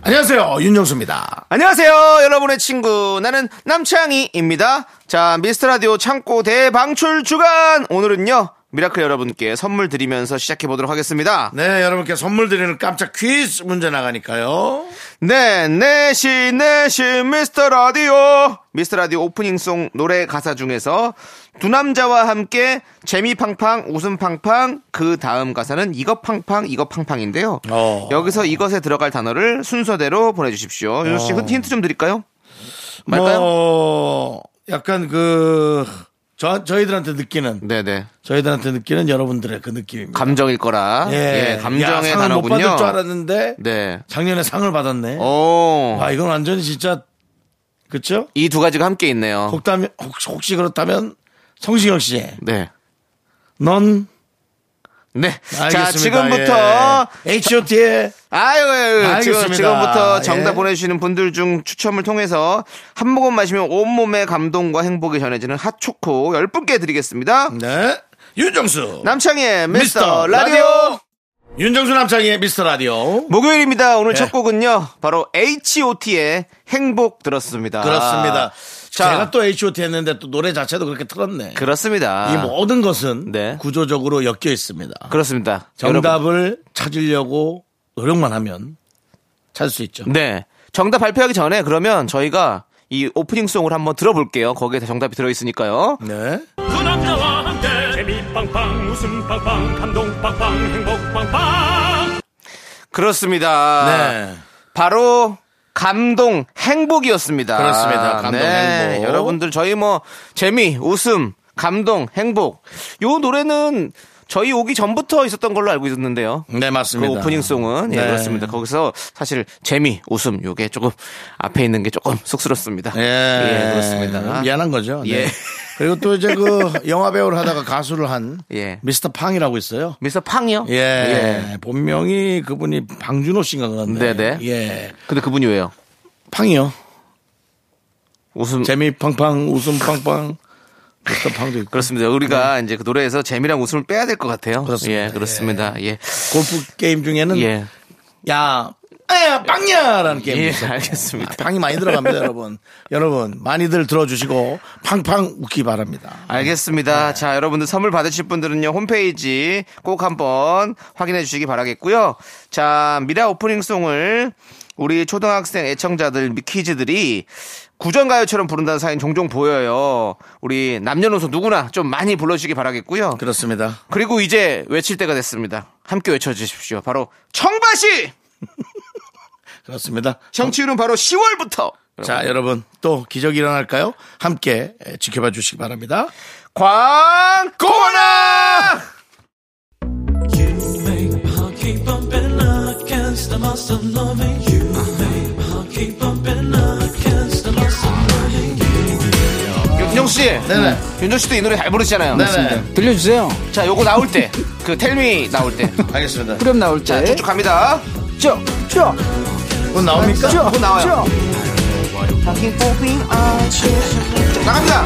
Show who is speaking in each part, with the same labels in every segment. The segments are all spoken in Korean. Speaker 1: 안녕하세요 윤정수입니다.
Speaker 2: 안녕하세요, 여러분의 친구. 나는 남창희입니다. 자, 미스터라디오 창고 대방출 주간! 오늘은요, 미라클 여러분께 선물 드리면서 시작해보도록 하겠습니다.
Speaker 1: 네 여러분께 선물 드리는 깜짝 퀴즈 문제 나가니까요.
Speaker 2: 네, 내시, 내시, 미스터라디오! 미스터라디오 오프닝송 노래 가사 중에서 두 남자와 함께 재미팡팡, 웃음팡팡, 그 다음 가사는 이것팡팡, 이것팡팡인데요.
Speaker 1: 어.
Speaker 2: 여기서 이것에 들어갈 단어를 순서대로 보내주십시오. 윤호 씨,
Speaker 1: 어.
Speaker 2: 힌트 좀 드릴까요? 말까요?
Speaker 1: 뭐 약간 그 저, 저희들한테 느끼는
Speaker 2: 네네.
Speaker 1: 저희들한테 느끼는 여러분들의 그 느낌입니다.
Speaker 2: 감정일 거라. 예,
Speaker 1: 야,
Speaker 2: 감정의
Speaker 1: 상을
Speaker 2: 단어군요.
Speaker 1: 못 받을 줄 알았는데
Speaker 2: 네. 어.
Speaker 1: 작년에 상을 받았네.
Speaker 2: 오.
Speaker 1: 아 이건 완전히 진짜 그쵸?
Speaker 2: 이 두 가지가 함께 있네요.
Speaker 1: 혹다면 혹시, 혹시 그렇다면 성시경 씨의
Speaker 2: 네.
Speaker 1: 넌
Speaker 2: 네. 자,
Speaker 1: 알겠습니다.
Speaker 2: 지금부터
Speaker 1: 예. H.O.T의
Speaker 2: 아유, 아유, 지금,
Speaker 1: 알겠습니다.
Speaker 2: 지금부터 정답
Speaker 1: 예.
Speaker 2: 보내주시는 분들 중 추첨을 통해서 한 모금 마시면 온몸의 감동과 행복이 전해지는 핫초코 10분께 드리겠습니다.
Speaker 1: 네 윤정수
Speaker 2: 남창희의
Speaker 1: 미스터
Speaker 2: 미스터 라디오.
Speaker 1: 라디오. 윤정수 남창의 미스터 라디오
Speaker 2: 목요일입니다. 오늘
Speaker 1: 예.
Speaker 2: 첫 곡은요. 바로 H.O.T.의 행복 들었습니다.
Speaker 1: 그렇습니다.
Speaker 2: 자,
Speaker 1: 제가 또 H.O.T 했는데 또 노래 자체도 그렇게 틀었네.
Speaker 2: 그렇습니다. 아.
Speaker 1: 이 뭐- 모든 것은
Speaker 2: 네.
Speaker 1: 구조적으로 엮여 있습니다.
Speaker 2: 그렇습니다. 여러분.
Speaker 1: 정답을 찾으려고 노력만 하면 찾을 수 있죠.
Speaker 2: 네. 정답 발표하기 전에 그러면 저희가 이 오프닝송을 한번 들어볼게요. 거기에 다 정답이 들어있으니까요.
Speaker 1: 네.
Speaker 3: 그 남자와 함께 재미 빵빵 웃음 빵빵 감동 빵빵 행복 빵빵
Speaker 2: 그렇습니다.
Speaker 1: 네.
Speaker 2: 바로 감동 행복이었습니다. 네.
Speaker 1: 그렇습니다. 감동, 행복.
Speaker 2: 여러분들 저희 뭐 재미, 웃음, 감동, 행복. 요 노래는 저희 오기 전부터 있었던 걸로 알고 있었는데요.
Speaker 1: 네,
Speaker 2: 그
Speaker 1: 맞습니다.
Speaker 2: 오프닝 송은 예,
Speaker 1: 네.
Speaker 2: 그렇습니다. 거기서 사실 재미, 웃음 요게 조금 앞에 있는 게 조금 쑥스럽습니다.
Speaker 1: 예.
Speaker 2: 그렇습니다.
Speaker 1: 미안한 거죠. 네.
Speaker 2: 예.
Speaker 1: 그리고 또 이제 그 영화 배우를 하다가 가수를 한
Speaker 2: 예.
Speaker 1: 미스터 팡이라고 있어요.
Speaker 2: 미스터 팡이요?
Speaker 1: 예. 본명이 그분이 방준호 씨인가 그런데.
Speaker 2: 네네.
Speaker 1: 예.
Speaker 2: 근데 그분이 왜요?
Speaker 1: 팡이요.
Speaker 2: 웃음
Speaker 1: 재미 팡팡, 웃음 팡팡. 미스터 팡도 있고.
Speaker 2: 그렇습니다. 우리가 이제 그 노래에서 재미랑 웃음을 빼야 될 것 같아요.
Speaker 1: 그렇습니다.
Speaker 2: 예, 그렇습니다. 예.
Speaker 1: 골프 게임 중에는
Speaker 2: 예.
Speaker 1: 야, 야, 빵야라는 게임.
Speaker 2: 예,
Speaker 1: 있어.
Speaker 2: 알겠습니다.
Speaker 1: 아, 팡이 많이 들어갑니다, 여러분. 여러분, 많이들 들어주시고, 팡팡 웃기 바랍니다.
Speaker 2: 네. 알겠습니다. 자, 여러분들 선물 받으실 분들은요, 홈페이지 꼭 한번 확인해 주시기 바라겠고요. 자, 미라 오프닝송을 우리 초등학생 애청자들, 미키즈들이 구전가요처럼 부른다는 사연 종종 보여요. 우리 남녀노소 누구나 좀 많이 불러주시기 바라겠고요.
Speaker 1: 그렇습니다.
Speaker 2: 그리고 이제 외칠 때가 됐습니다. 함께 외쳐주십시오. 바로 청바시!
Speaker 1: 그렇습니다.
Speaker 2: 청취율은 바로 10월부터!
Speaker 1: 자, 여러분, 또 기적이 일어날까요? 함께 에, 지켜봐 주시기 바랍니다.
Speaker 2: 광고나!
Speaker 4: You make my heart keep bumping, I can't stop myself loving you. Make my heart keep bumping, I can't stop myself loving you.
Speaker 2: 윤정씨!
Speaker 1: 네네.
Speaker 2: 윤정씨도 이 노래 잘 부르시잖아요.
Speaker 1: 네네.
Speaker 5: 들려주세요.
Speaker 2: 자, 요거 나올 때, 그 텔미 나올 때,
Speaker 1: 알겠습니다.
Speaker 5: 그럼 나올 때.
Speaker 2: 쭉쭉 갑니다.
Speaker 5: 쭉, 쭉,
Speaker 1: 그건 나옵니까?
Speaker 5: 쭉,
Speaker 2: 뭐 나와요? 그렇죠. 쭉 나갑니다.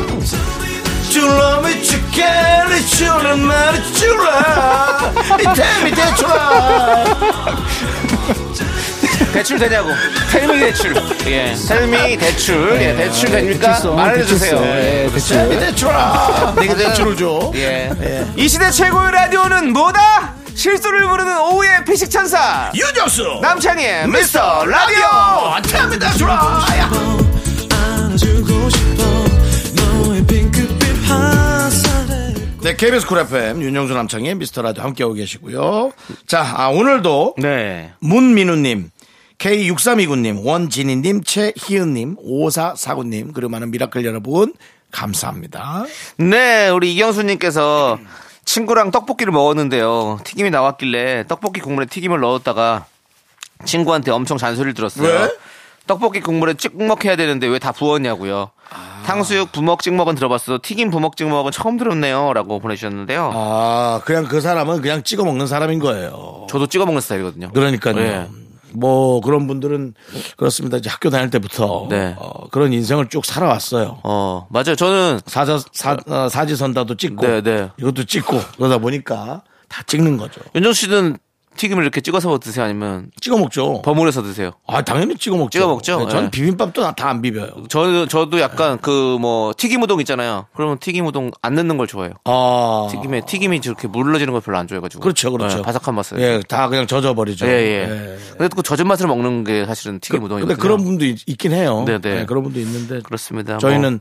Speaker 1: You love me, you care,
Speaker 2: 네
Speaker 1: you love me, you love me. Tell me that you love me.
Speaker 2: 대출 되냐고. 텔미 대출. 예. 텔미 대출. 예, 대출 됩니까?
Speaker 5: 대출성,
Speaker 2: 말해주세요.
Speaker 5: 대출성.
Speaker 2: 예. 네, 그
Speaker 1: Tell me
Speaker 5: 예, 대출.
Speaker 1: that you love me. 내게 대출을 줘.
Speaker 2: 예. 이 시대 최고의 라디오는 뭐다? 실수를 부르는 오후의 피식천사.
Speaker 1: 유정수.
Speaker 2: 남창희의 미스터 라디오!
Speaker 1: Tell me that you love me.
Speaker 4: 안아주고 싶어, 너의 핑크빛 화살에.
Speaker 1: 네, KBS 쿨 FM 윤영수 남창의 미스터라디오 함께하고 계시고요. 자, 아, 오늘도
Speaker 2: 네.
Speaker 1: 문민우님, K6329님, 원진희님, 최희은님, 5449님 그리고 많은 미라클 여러분 감사합니다.
Speaker 2: 네, 우리 이경수님께서 친구랑 떡볶이를 먹었는데요. 튀김이 나왔길래 떡볶이 국물에 튀김을 넣었다가 친구한테 엄청 잔소리를 들었어요.
Speaker 1: 왜?
Speaker 2: 떡볶이 국물에 찍먹해야 되는데 왜 다 부었냐고요.
Speaker 1: 아.
Speaker 2: 탕수육 부먹 찍먹은 들어봤어도 튀김 부먹 찍먹은 처음 들었네요라고 보내주셨는데요.
Speaker 1: 아, 그냥 그 사람은 그냥 찍어 먹는 사람인 거예요.
Speaker 2: 저도 찍어 먹는 스타일이거든요.
Speaker 1: 그러니까요.
Speaker 2: 예.
Speaker 1: 뭐 그런 분들은 그렇습니다. 이제 학교 다닐 때부터
Speaker 2: 네.
Speaker 1: 어, 그런 인생을 쭉 살아왔어요.
Speaker 2: 어 맞아요. 저는
Speaker 1: 사자 사, 어, 사지선다도 찍고
Speaker 2: 네, 네.
Speaker 1: 이것도 찍고 그러다 보니까 다 찍는 거죠.
Speaker 2: 윤정 씨는 튀김을 이렇게 찍어서 드세요 아니면
Speaker 1: 찍어 먹죠.
Speaker 2: 버무려서 드세요?
Speaker 1: 아 당연히 찍어 먹죠.
Speaker 2: 찍어 먹죠. 예.
Speaker 1: 저는 비빔밥도 다 안 비벼요.
Speaker 2: 저는 저도 약간 그 뭐 튀김 우동 있잖아요. 그러면 튀김 우동 안 넣는 걸 좋아해요.
Speaker 1: 아
Speaker 2: 튀김에 튀김이 저렇게 물러지는 걸 별로 안 좋아해가지고.
Speaker 1: 그렇죠, 그렇죠.
Speaker 2: 예, 바삭한 맛을. 예.
Speaker 1: 예, 다 그냥 젖어버리죠.
Speaker 2: 예,
Speaker 1: 예.
Speaker 2: 근데 또그 젖은 맛을 먹는 게 사실은 튀김 우동이거든요.
Speaker 1: 근데 그런 분도 있, 긴 해요.
Speaker 2: 네, 네.
Speaker 1: 예, 그런 분도 있는데
Speaker 2: 그렇습니다. 뭐
Speaker 1: 저희는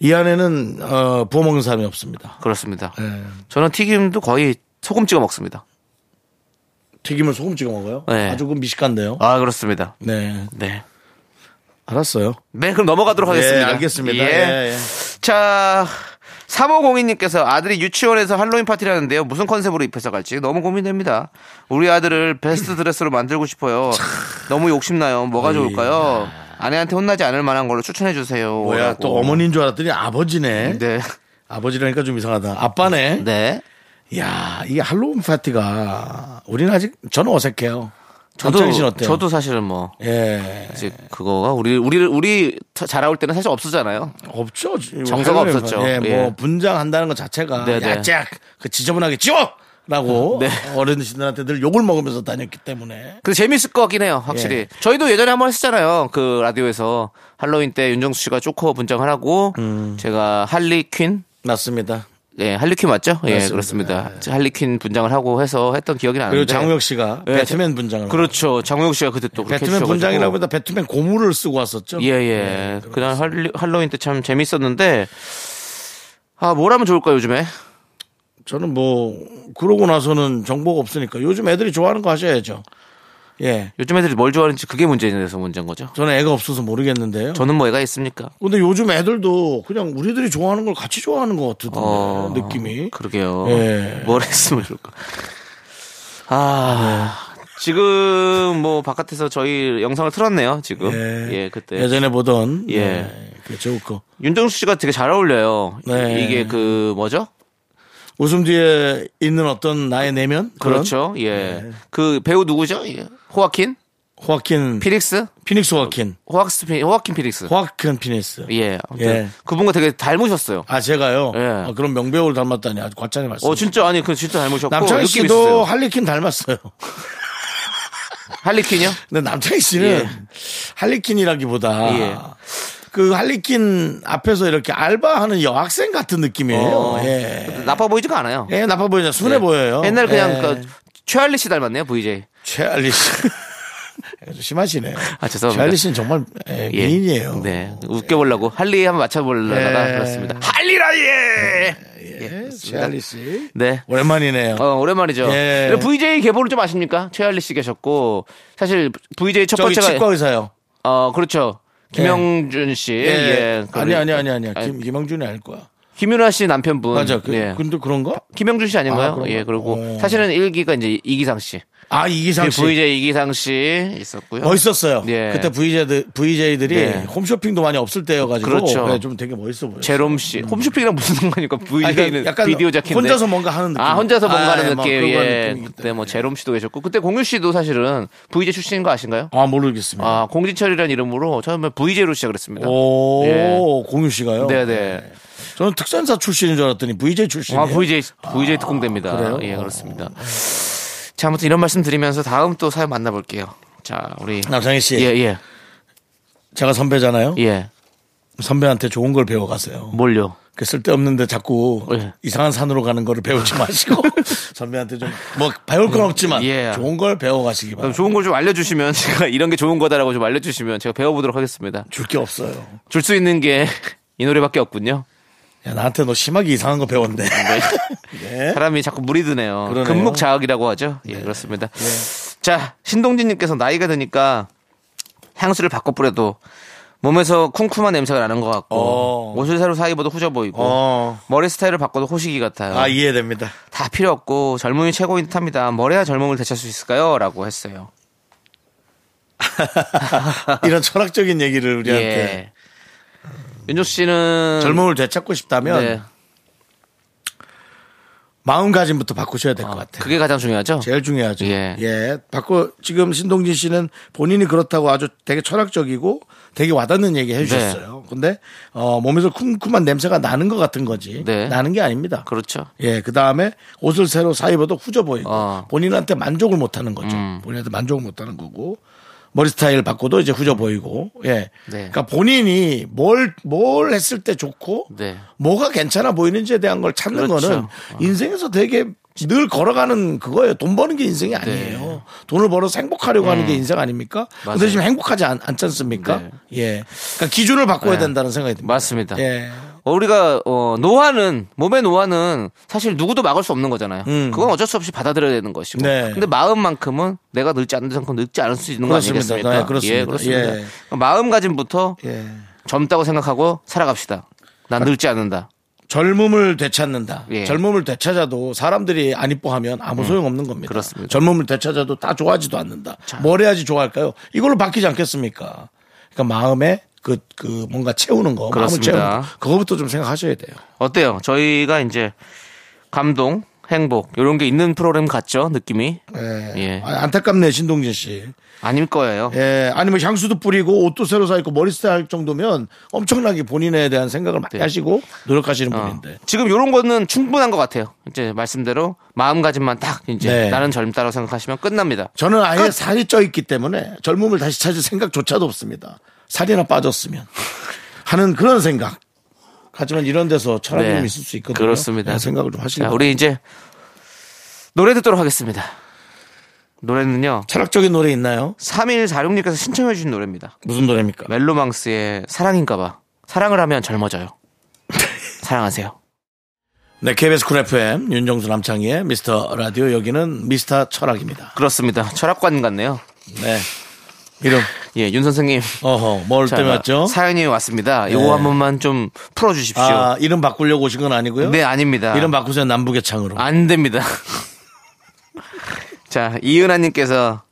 Speaker 1: 이 안에는 어, 부어 먹는 사람이 없습니다.
Speaker 2: 뭐 그렇습니다.
Speaker 1: 예.
Speaker 2: 저는 튀김도 거의 소금 찍어 먹습니다.
Speaker 1: 튀김을 소금 찍어 먹어요?
Speaker 2: 네.
Speaker 1: 아주 그 미식한데요.
Speaker 2: 아 그렇습니다.
Speaker 1: 네,
Speaker 2: 네.
Speaker 1: 알았어요.
Speaker 2: 네, 그럼 넘어가도록 하겠습니다.
Speaker 1: 예, 알겠습니다.
Speaker 2: 예.
Speaker 1: 예, 예.
Speaker 2: 자, 3502님께서 아들이 유치원에서 할로윈 파티를 하는데요. 무슨 컨셉으로 입혀서 갈지 너무 고민됩니다. 우리 아들을 베스트 드레스로 만들고 싶어요. 너무 욕심나요. 뭐가 좋을까요? 아내한테 혼나지 않을 만한 걸로 추천해주세요.
Speaker 1: 뭐야 또 어머니인 줄 알았더니 아버지네.
Speaker 2: 네.
Speaker 1: 아버지라니까 좀 이상하다. 아빠네.
Speaker 2: 네.
Speaker 1: 야, 이 할로윈 파티가 우리는 아직 저는 어색해요.
Speaker 2: 저도,
Speaker 1: 남창희 씨는 어때요?
Speaker 2: 저도 사실은 뭐.
Speaker 1: 예
Speaker 2: 이제 그거가 우리 우리 우리 자라올 때는 사실 없었잖아요.
Speaker 1: 없죠.
Speaker 2: 정서가
Speaker 1: 할로윈
Speaker 2: 없었죠.
Speaker 1: 파티. 예, 뭐
Speaker 2: 예.
Speaker 1: 분장한다는 것 자체가
Speaker 2: 네, 네.
Speaker 1: 야짝 그 지저분하게 지워. 라고
Speaker 2: 네.
Speaker 1: 어른들한테 늘 욕을 먹으면서 다녔기 때문에
Speaker 2: 근데 재밌을 것 같긴 해요, 확실히.
Speaker 1: 예.
Speaker 2: 저희도 예전에 한번 했었잖아요. 그 라디오에서 할로윈 때 윤정수 씨가 쪼코 분장을 하고
Speaker 1: 음.
Speaker 2: 제가 할리퀸
Speaker 1: 맞습니다.
Speaker 2: 예, 할리퀸 맞죠? 예,
Speaker 1: 맞습니다.
Speaker 2: 그렇습니다. 할리퀸 분장을 하고 해서 했던 기억이 나는데.
Speaker 1: 그리고 장우혁 씨가
Speaker 2: 예,
Speaker 1: 배트맨 분장을
Speaker 2: 그렇죠. 장우혁 씨가 그때 또 그렇게
Speaker 1: 배트맨
Speaker 2: 해주셔가지고.
Speaker 1: 분장이라고 보다 배트맨 고무를 쓰고 왔었죠.
Speaker 2: 예, 예. 그날 할리, 할로윈 때 참 재밌었는데 아, 뭘 하면 좋을까요, 요즘에?
Speaker 1: 저는 뭐 그러고 나서는 정보가 없으니까 요즘 애들이 좋아하는 거 하셔야죠. 예.
Speaker 2: 요즘 애들이 뭘 좋아하는지 그게 문제에서 문제인 거죠.
Speaker 1: 저는 애가 없어서 모르겠는데요.
Speaker 2: 저는 뭐 애가 있습니까?
Speaker 1: 근데 요즘 애들도 그냥 우리들이 좋아하는 걸 같이 좋아하는 것 같던데
Speaker 2: 어,
Speaker 1: 느낌이.
Speaker 2: 그러게요.
Speaker 1: 예.
Speaker 2: 뭘 했으면 좋을까. 아, 지금 뭐 바깥에서 저희 영상을 틀었네요, 지금. 예, 그때.
Speaker 1: 예전에 보던
Speaker 2: 예.
Speaker 1: 예. 그 좋고
Speaker 2: 윤정수 씨가 되게 잘 어울려요.
Speaker 1: 네.
Speaker 2: 이게 그 뭐죠?
Speaker 1: 웃음 뒤에 있는 어떤 나의 내면 그런 네.
Speaker 2: 그렇죠. 예. 그 배우 누구죠? 예. 호아킨?
Speaker 1: 호아킨
Speaker 2: 피릭스?
Speaker 1: 피닉스 호아킨
Speaker 2: 호아스 피, 호아킨 피릭스.
Speaker 1: 호아킨 피닉스.
Speaker 2: 예. 아무튼
Speaker 1: 예.
Speaker 2: 그분과 되게 닮으셨어요.
Speaker 1: 아 제가요.
Speaker 2: 예.
Speaker 1: 아, 그런 명배우를 닮았다니 아주 과찬의 말씀.
Speaker 2: 어, 진짜 아니 그 진짜 닮으셨고
Speaker 1: 남창희
Speaker 2: 느낌
Speaker 1: 씨도
Speaker 2: 있었어요.
Speaker 1: 할리퀸 닮았어요.
Speaker 2: 할리퀸이요?
Speaker 1: 근데 남창희 씨는
Speaker 2: 예.
Speaker 1: 할리퀸이라기보다
Speaker 2: 예.
Speaker 1: 그 할리퀸 앞에서 이렇게 알바하는 여학생 같은 느낌이에요.
Speaker 2: 어.
Speaker 1: 예.
Speaker 2: 나빠 보이지가 않아요.
Speaker 1: 예, 나빠 보이죠. 순해
Speaker 2: 예.
Speaker 1: 보여요.
Speaker 2: 옛날 그냥
Speaker 1: 예.
Speaker 2: 그 최할리 씨 닮았네요, VJ.
Speaker 1: 최알리 씨. 아주 심하시네.
Speaker 2: 아, 죄송합니다.
Speaker 1: 최알리 씨는 정말 예,
Speaker 2: 예.
Speaker 1: 미인이에요.
Speaker 2: 네. 웃겨보려고. 할리 한번 맞춰보려다가
Speaker 1: 예.
Speaker 2: 그렇습니다. 할리라, 예!
Speaker 1: 예, 최알리 씨.
Speaker 2: 네.
Speaker 1: 오랜만이네요.
Speaker 2: 어, 오랜만이죠.
Speaker 1: 예.
Speaker 2: 근데 VJ 계보를 좀 아십니까? 최할리 씨 계셨고. 사실 VJ 첫
Speaker 1: 저기
Speaker 2: 번째가.
Speaker 1: 치과 의사요.
Speaker 2: 어, 그렇죠. 김영준 씨. 예.
Speaker 1: 아니, 아니, 아니, 아니.
Speaker 2: 아니,
Speaker 1: 김, 김영준이 알 거야.
Speaker 2: 김윤아 씨 남편분.
Speaker 1: 맞아. 그,
Speaker 2: 예.
Speaker 1: 근데 그런가?
Speaker 2: 김영준 씨
Speaker 1: 아,
Speaker 2: 아닌가요?
Speaker 1: 그런가?
Speaker 2: 예, 그리고
Speaker 1: 오.
Speaker 2: 사실은 1기가 이제 이기상 씨.
Speaker 1: 아, 이기상 씨.
Speaker 2: VJ 이기상 씨 있었고요.
Speaker 1: 멋있었어요.
Speaker 2: 그 예.
Speaker 1: 그때 VJ들, VJ들이
Speaker 2: 네.
Speaker 1: 홈쇼핑도 많이 없을 때여가지고
Speaker 2: 그렇죠.
Speaker 1: 네, 좀 되게 멋있어 보여요.
Speaker 2: 제롬 씨. 홈쇼핑이랑 무슨 상관이니까
Speaker 1: 아니, 그러니까
Speaker 2: VJ는 비디오 자켓인데.
Speaker 1: 혼자서 뭔가 하는 느낌.
Speaker 2: 아 혼자서 뭔가
Speaker 1: 아,
Speaker 2: 하는
Speaker 1: 막
Speaker 2: 느낌.
Speaker 1: 그런
Speaker 2: 예.
Speaker 1: 느낌이기
Speaker 2: 그때
Speaker 1: 때문에.
Speaker 2: 뭐 제롬 씨도 계셨고 그때 공유 씨도 사실은 VJ 출신인 거 아신가요?
Speaker 1: 아 모르겠습니다.
Speaker 2: 아 공진철이라는 이름으로 처음에 VJ로 시작을 했습니다.
Speaker 1: 오
Speaker 2: 예.
Speaker 1: 공유 씨가요.
Speaker 2: 네네.
Speaker 1: 저는 특전사 출신인 줄 알았더니 VJ 출신이에요.
Speaker 2: 아 VJ VJ 특공대입니다.
Speaker 1: 그래요?
Speaker 2: 예 그렇습니다. 자 아무튼 이런 말씀 드리면서 다음 또 사연 만나볼게요. 자 우리
Speaker 1: 남상희 씨,
Speaker 2: 아, 예예
Speaker 1: 제가 선배잖아요.
Speaker 2: 예,
Speaker 1: 선배한테 좋은 걸 배워가세요.
Speaker 2: 뭘요?
Speaker 1: 그 쓸데없는데 자꾸
Speaker 2: 예.
Speaker 1: 이상한 산으로 가는 거를 배우지 마시고 선배한테 좀 뭐 배울 건 없지만
Speaker 2: 예.
Speaker 1: 좋은 걸 배워가시기
Speaker 2: 그럼
Speaker 1: 바랍니다.
Speaker 2: 좋은 걸 좀 알려주시면 제가 이런 게 좋은 거다라고 좀 알려주시면 제가 배워보도록 하겠습니다.
Speaker 1: 줄 게 없어요.
Speaker 2: 줄 수 있는 게 이 노래밖에 없군요.
Speaker 1: 야, 나한테 너 심하게 이상한 거 배웠네. 네.
Speaker 2: 사람이 자꾸 물이 드네요.
Speaker 1: 그러네요. 네.
Speaker 2: 금목 자학이라고 하죠. 예, 그렇습니다. 자, 신동진님께서 나이가 드니까 향수를 바꿔 뿌려도 몸에서 쿰쿰한 냄새가 나는 것 같고
Speaker 1: 어.
Speaker 2: 옷을 새로 사 입어도 후져 보이고
Speaker 1: 어.
Speaker 2: 머리 스타일을 바꿔도 호식이 같아요.
Speaker 1: 아, 이해됩니다.
Speaker 2: 다 필요 없고 젊음이 최고인 듯합니다. 뭘 해야 젊음을 되찾을 수 있을까요?라고 했어요.
Speaker 1: 이런 철학적인 얘기를 우리한테
Speaker 2: 예. 윤종 씨는
Speaker 1: 젊음을 되찾고 싶다면
Speaker 2: 예. 네.
Speaker 1: 마음가짐부터 바꾸셔야 될 것
Speaker 2: 아,
Speaker 1: 같아요.
Speaker 2: 그게 가장 중요하죠.
Speaker 1: 제일 중요하죠.
Speaker 2: 예.
Speaker 1: 예. 바꿔 지금 신동진 씨는 본인이 그렇다고 아주 되게 철학적이고 되게 와닿는 얘기
Speaker 2: 네.
Speaker 1: 해주셨어요. 근데 어, 몸에서 쿰쿰한 냄새가 나는 것 같은 거지.
Speaker 2: 네.
Speaker 1: 나는 게 아닙니다.
Speaker 2: 그렇죠.
Speaker 1: 예, 그 다음에 옷을 새로 사 입어도 후져 보이고
Speaker 2: 어. 음.
Speaker 1: 본인한테 만족을 못 하는 거죠. 본인한테 만족을 못 하는 거고 머리 스타일 바꿔도 이제 후져 보이고 예.
Speaker 2: 네.
Speaker 1: 그러니까 본인이 뭘 뭘 했을 때 좋고
Speaker 2: 네.
Speaker 1: 뭐가 괜찮아 보이는지에 대한 걸 찾는
Speaker 2: 그렇죠.
Speaker 1: 거는 인생에서 되게 늘 걸어가는 그거예요. 돈 버는 게
Speaker 2: 네.
Speaker 1: 인생이 아니에요. 돈을 벌어서 행복하려고 하는 게 인생 아닙니까? 근데
Speaker 2: 맞아요.
Speaker 1: 지금 행복하지 않, 않지 않습니까?
Speaker 2: 네.
Speaker 1: 예. 그러니까 기준을 바꿔야
Speaker 2: 네.
Speaker 1: 된다는 생각이 듭니다.
Speaker 2: 맞습니다.
Speaker 1: 예.
Speaker 2: 어, 우리가 어, 노화는 몸의 노화는 사실 누구도 막을 수 없는 거잖아요. 그건 어쩔 수 없이 받아들여야 되는
Speaker 1: 음.
Speaker 2: 것이고.
Speaker 1: 네.
Speaker 2: 근데 마음만큼은 내가 늙지 않는 만큼 늙지 않을 수 있는 거
Speaker 1: 그렇습니다.
Speaker 2: 아니겠습니까?
Speaker 1: 네, 그렇습니다.
Speaker 2: 예, 그렇습니다.
Speaker 1: 예.
Speaker 2: 그럼 마음가짐부터
Speaker 1: 예.
Speaker 2: 젊다고 생각하고 살아갑시다. 난 늙지 않는다.
Speaker 1: 젊음을 되찾는다.
Speaker 2: 예. 음.
Speaker 1: 젊음을 되찾아도 사람들이 안 이뻐하면 아무 소용 없는 겁니다.
Speaker 2: 그렇습니다.
Speaker 1: 젊음을 되찾아도 다 좋아하지도 않는다. 뭘 해야지 좋아할까요? 이걸로 바뀌지 않겠습니까? 그러니까 마음에 그, 그 뭔가 채우는 거,
Speaker 2: 그렇습니다.
Speaker 1: 마음을 채우는 거, 그거부터 좀 생각하셔야 돼요.
Speaker 2: 어때요? 저희가 이제 감동, 행복 이런 게 있는 프로그램 같죠? 느낌이
Speaker 1: 예.
Speaker 2: 예.
Speaker 1: 아, 안타깝네, 신동진 씨.
Speaker 2: 아닐 거예요.
Speaker 1: 예. 아니, 뭐 향수도 뿌리고 옷도 새로 사 입고 머리 스타일 할 정도면 엄청나게 본인에 대한 생각을 많이 하시고 노력하시는
Speaker 2: 네. 어.
Speaker 1: 분인데.
Speaker 2: 지금 이런 거는 충분한 것 같아요. 이제 말씀대로 마음가짐만 딱 이제
Speaker 1: 네.
Speaker 2: 나는 젊다고 생각하시면 끝납니다.
Speaker 1: 저는
Speaker 2: 그
Speaker 1: 아예 살이 쪄 있기 때문에 젊음을 다시 찾을 생각조차도 없습니다. 살이나 빠졌으면 하는 그런 생각. 하지만 이런 데서 철학이
Speaker 2: 네.
Speaker 1: 좀 있을 수 있거든요.
Speaker 2: 그렇습니다.
Speaker 1: 네, 생각을 좀
Speaker 2: 자,
Speaker 1: 하시는 우리
Speaker 2: 우리 이제 노래 듣도록 하겠습니다. 노래는요.
Speaker 1: 철학적인 노래 있나요?
Speaker 2: 3146님께서 신청해 주신 노래입니다.
Speaker 1: 무슨 노래입니까?
Speaker 2: 네. 멜로망스의 사랑인가 봐. 사랑을 하면 젊어져요. 사랑하세요.
Speaker 1: 네, KBS 쿨 FM 윤정수 남창희의 미스터 라디오 여기는 미스터 철학입니다.
Speaker 2: 그렇습니다. 철학관 같네요.
Speaker 1: 네. 이름
Speaker 2: 예, 윤 선생님.
Speaker 1: 어허 뭘
Speaker 2: 자,
Speaker 1: 때문에 왔죠?
Speaker 2: 사연이 왔습니다.
Speaker 1: 네.
Speaker 2: 요거 한 번만 좀 풀어 주십시오.
Speaker 1: 아, 이름 바꾸려고 오신 건 아니고요.
Speaker 2: 네, 아닙니다. 아.
Speaker 1: 이름 바꾸세요 남북의 창으로.
Speaker 2: 안 됩니다. 자, 이은아님께서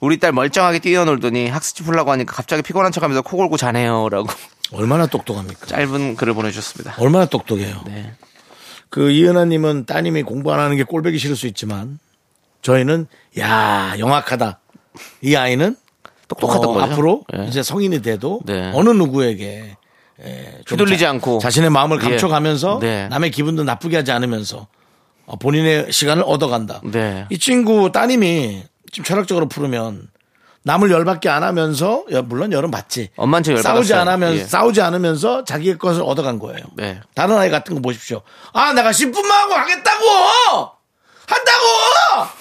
Speaker 2: 우리 딸 멀쩡하게 뛰어놀더니 학습지 풀라고 하니까 갑자기 피곤한 척 하면서 코 골고 자네요. 라고
Speaker 1: 얼마나 똑똑합니까?
Speaker 2: 짧은 글을 보내주셨습니다.
Speaker 1: 얼마나 똑똑해요.
Speaker 2: 네.
Speaker 1: 그 이은하님은 따님이 공부 안 하는 게 꼴보기 싫을 수 있지만 저희는 야 영악하다. 이 아이는
Speaker 2: 똑똑하던
Speaker 1: 어,
Speaker 2: 거죠.
Speaker 1: 앞으로
Speaker 2: 예.
Speaker 1: 이제 성인이 돼도
Speaker 2: 네.
Speaker 1: 어느 누구에게 예, 좀
Speaker 2: 휘둘리지 않고.
Speaker 1: 자신의 마음을 감춰가면서
Speaker 2: 예. 네.
Speaker 1: 남의 기분도 나쁘게 하지 않으면서 어, 본인의 시간을 얻어간다.
Speaker 2: 네.
Speaker 1: 이 친구 따님이 지금 철학적으로 풀으면 남을 열받게 안 하면서 여- 물론 열은 받지.
Speaker 2: 엄마한테 열받았어요.
Speaker 1: 싸우지 않으면서
Speaker 2: 예.
Speaker 1: 싸우지 않으면서 자기의 것을 얻어간 거예요.
Speaker 2: 네.
Speaker 1: 다른 아이 같은 거 보십시오. 아 내가 10분만 하고 하겠다고 한다고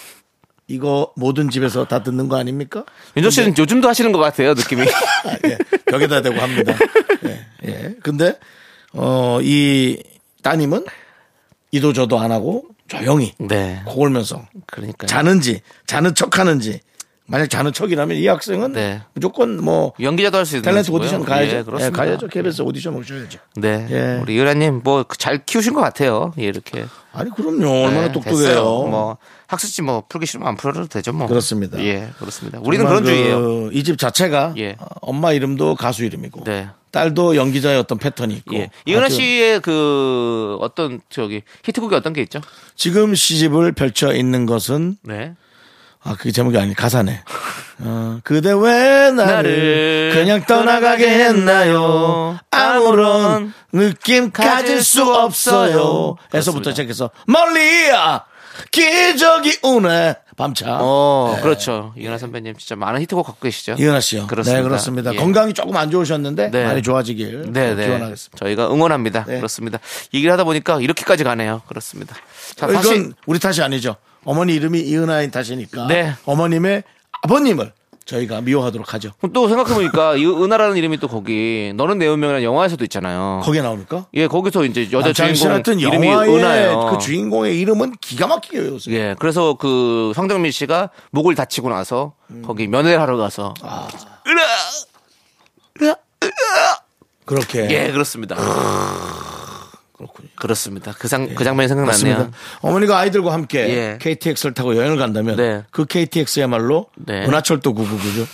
Speaker 1: 이거 모든 집에서 다 듣는 거 아닙니까?
Speaker 2: 윤정 씨는 요즘도 하시는 것 같아요, 느낌이.
Speaker 1: 아, 예. 벽에다 대고 합니다. 예. 예. 근데 어 이 따님은 이도 저도 안 하고 조용히
Speaker 2: 네.
Speaker 1: 고골면서
Speaker 2: 그러니까.
Speaker 1: 자는지 자는 척하는지 만약 자는 척이라면 이 학생은
Speaker 2: 네.
Speaker 1: 무조건 뭐
Speaker 2: 연기자도 할 수 있는
Speaker 1: 탤런트
Speaker 2: 거고요.
Speaker 1: 오디션 가야죠.
Speaker 2: 예,
Speaker 1: 예,
Speaker 2: 그렇습니다.
Speaker 1: 가야죠. KBS 오디션 오셔야죠.
Speaker 2: 네.
Speaker 1: 예.
Speaker 2: 우리 이은아님 뭐 잘 키우신 것 같아요. 예, 이렇게.
Speaker 1: 아니 그럼요. 얼마나
Speaker 2: 네,
Speaker 1: 똑똑해요.
Speaker 2: 됐어요. 뭐 학습지 뭐 풀기 싫으면 안 풀어도 되죠 뭐.
Speaker 1: 그렇습니다.
Speaker 2: 예, 그렇습니다. 우리는 그런 주의예요.
Speaker 1: 이집 자체가
Speaker 2: 예.
Speaker 1: 어, 엄마 이름도 가수 이름이고
Speaker 2: 네.
Speaker 1: 딸도 연기자의 어떤 패턴이 있고
Speaker 2: 예. 이은하
Speaker 1: 아주
Speaker 2: 씨의 그 어떤 저기 히트곡이 어떤 게 있죠?
Speaker 1: 지금 시집을 펼쳐 있는 것은
Speaker 2: 네.
Speaker 1: 아 그게 제목이 아니 가사네. 어, 그대 왜 나를,
Speaker 2: 나를
Speaker 1: 그냥 떠나가게 했나요? 아무런
Speaker 2: 아무런
Speaker 1: 느낌 가질 수 없어요. 에서부터
Speaker 2: 그렇습니다.
Speaker 1: 시작해서 멀리야 기적이 오네 밤차.
Speaker 2: 어, 그렇죠. 이은하 선배님 진짜 많은 히트곡 갖고 계시죠?
Speaker 1: 네. 이은하 씨요.
Speaker 2: 그렇습니다.
Speaker 1: 네, 그렇습니다.
Speaker 2: 예.
Speaker 1: 건강이 조금 안 좋으셨는데
Speaker 2: 네.
Speaker 1: 많이 좋아지길
Speaker 2: 네, 네.
Speaker 1: 기원하겠습니다.
Speaker 2: 저희가 응원합니다.
Speaker 1: 네.
Speaker 2: 그렇습니다. 얘기를 하다 보니까 이렇게까지 가네요. 그렇습니다. 자,
Speaker 1: 어, 이건
Speaker 2: 다시
Speaker 1: 우리 탓이 아니죠. 어머니 이름이 이은하인 탓이니까
Speaker 2: 네.
Speaker 1: 어머님의 아버님을 저희가 미워하도록 하죠.
Speaker 2: 또 생각해보니까 이 은하라는 이름이 또 거기 너는 내 운명이라는 영화에서도 있잖아요.
Speaker 1: 거기에 나오니까
Speaker 2: 예, 거기서 이제 여자
Speaker 1: 남창희 씨
Speaker 2: 주인공
Speaker 1: 같은
Speaker 2: 이름이
Speaker 1: 영화의
Speaker 2: 은하예요.
Speaker 1: 그 주인공의 이름은 기가 막히게 외웠어요.
Speaker 2: 예, 그래서 그 성정민 씨가 목을 다치고 나서
Speaker 1: 음.
Speaker 2: 거기 면회를 하러 가서 으라! 으라!
Speaker 1: 그렇게
Speaker 2: 예, 그렇습니다.
Speaker 1: 아, 그렇군요. 예,
Speaker 2: 그렇습니다. 그, 상, 그 장면이 생각나네요.
Speaker 1: 맞습니다. 어머니가 아이들과 함께
Speaker 2: 예.
Speaker 1: KTX를 타고 여행을 간다면
Speaker 2: 네.
Speaker 1: 그 KTX야말로
Speaker 2: 네.
Speaker 1: 은하철도 999죠.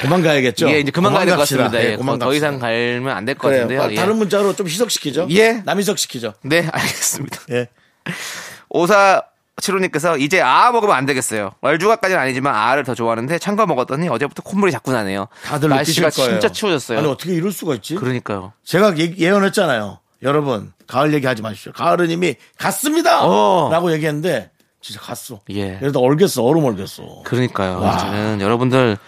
Speaker 1: 그만 가야겠죠.
Speaker 2: 예, 이제 그만 가야 될 것
Speaker 1: 갑시다.
Speaker 2: 같습니다. 예,
Speaker 1: 그만
Speaker 2: 더
Speaker 1: 갑시다.
Speaker 2: 이상 갈면 안 될 것
Speaker 1: 그래요.
Speaker 2: 같은데요.
Speaker 1: 빨리
Speaker 2: 예.
Speaker 1: 다른 문자로 좀 희석시키죠.
Speaker 2: 예.
Speaker 1: 남희석시키죠.
Speaker 2: 네, 알겠습니다.
Speaker 1: 예.
Speaker 2: 오사 칠호님께서 이제 아 먹으면 안 되겠어요. 얼주가까지는 아니지만 아를 더 좋아하는데 찬거 먹었더니 어제부터 콧물이 자꾸 나네요.
Speaker 1: 다들
Speaker 2: 날씨가
Speaker 1: 느끼실 거예요.
Speaker 2: 진짜 추워졌어요.
Speaker 1: 아니 어떻게 이럴 수가 있지?
Speaker 2: 그러니까요.
Speaker 1: 제가 예- 예언했잖아요. 여러분 가을 얘기하지 마십시오. 가을은 이미 갔습니다.
Speaker 2: 어.
Speaker 1: 라고 얘기했는데 진짜 갔어.
Speaker 2: 예.
Speaker 1: 그래도 얼겠어. 얼음 얼겠어.
Speaker 2: 그러니까요. 저는 여러분들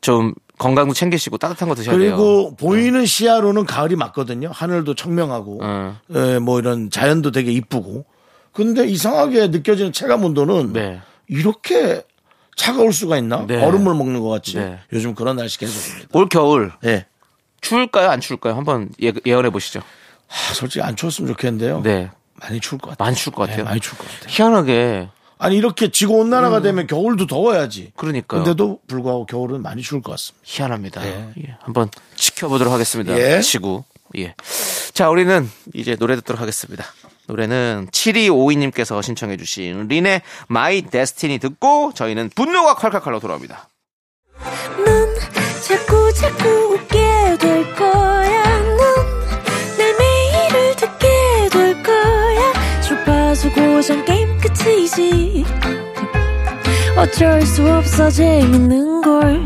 Speaker 2: 좀 건강도 챙기시고 따뜻한 거 드셔야 돼요.
Speaker 1: 그리고 보이는 시야로는 가을이 맞거든요. 하늘도 청명하고,
Speaker 2: 네.
Speaker 1: 예, 뭐 이런 자연도 되게 이쁘고. 근데 이상하게 느껴지는 체감 온도는
Speaker 2: 네.
Speaker 1: 이렇게 차가울 수가 있나?
Speaker 2: 네.
Speaker 1: 얼음을 먹는 것 같이.
Speaker 2: 네.
Speaker 1: 요즘 그런 날씨 계속입니다.
Speaker 2: 올 겨울
Speaker 1: 예.
Speaker 2: 추울까요? 안 추울까요? 한번 예, 예언해 보시죠.
Speaker 1: 아, 솔직히 안 추웠으면 좋겠는데요.
Speaker 2: 네.
Speaker 1: 많이 추울 것 같아요.
Speaker 2: 많이 추울 것 같아요.
Speaker 1: 예, 많이 추울 것 같아요.
Speaker 2: 희한하게
Speaker 1: 아니 이렇게 지구
Speaker 2: 음.
Speaker 1: 온난화가 되면 겨울도 더워야지.
Speaker 2: 그러니까요.
Speaker 1: 근데도 불구하고 겨울은 많이 추울 것 같습니다.
Speaker 2: 희한합니다. 예, 한번 지켜보도록 하겠습니다.
Speaker 1: 예.
Speaker 2: 지구. 예. 자, 우리는 이제 노래 듣도록 하겠습니다. 노래는 7252님께서 신청해주신 린의 마이 데스티니 듣고 저희는 분노가 칼칼칼로 돌아옵니다.
Speaker 5: 넌 자꾸 자꾸 웃게 될 거야. 넌내 매일을 듣게 될 거야. 주파수 고정 게임 끝이지. 어쩔 수 없어 재밌는 걸.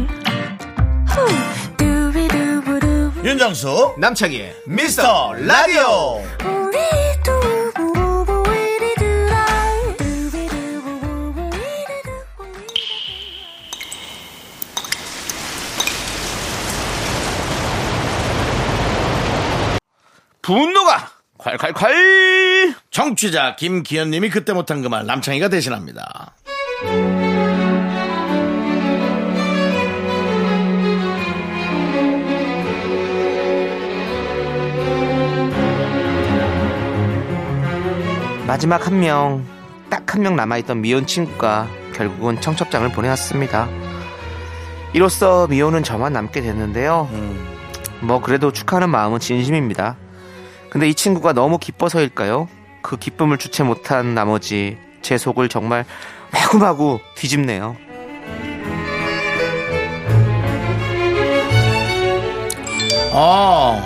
Speaker 5: 후. 두비두부두.
Speaker 1: 윤정수
Speaker 2: 남창희의
Speaker 1: 미스터 라디오.
Speaker 5: 우리 두부부부 우리 두라. 두비두부부부 우리 두부부.
Speaker 2: 분노가 콸콸콸!
Speaker 1: 정취자 김기현님이 그때 못한 그 말 남창희가 대신합니다.
Speaker 2: 마지막 한 명, 딱 한 명 남아있던 미혼 친구가 결국은 청첩장을 보내왔습니다. 이로써 미혼은 저만 남게 됐는데요. 뭐 그래도 축하하는 마음은 진심입니다. 근데 이 친구가 너무 기뻐서일까요? 그 기쁨을 주체 못한 나머지 제 속을 정말 마구마구 뒤집네요.
Speaker 1: 어,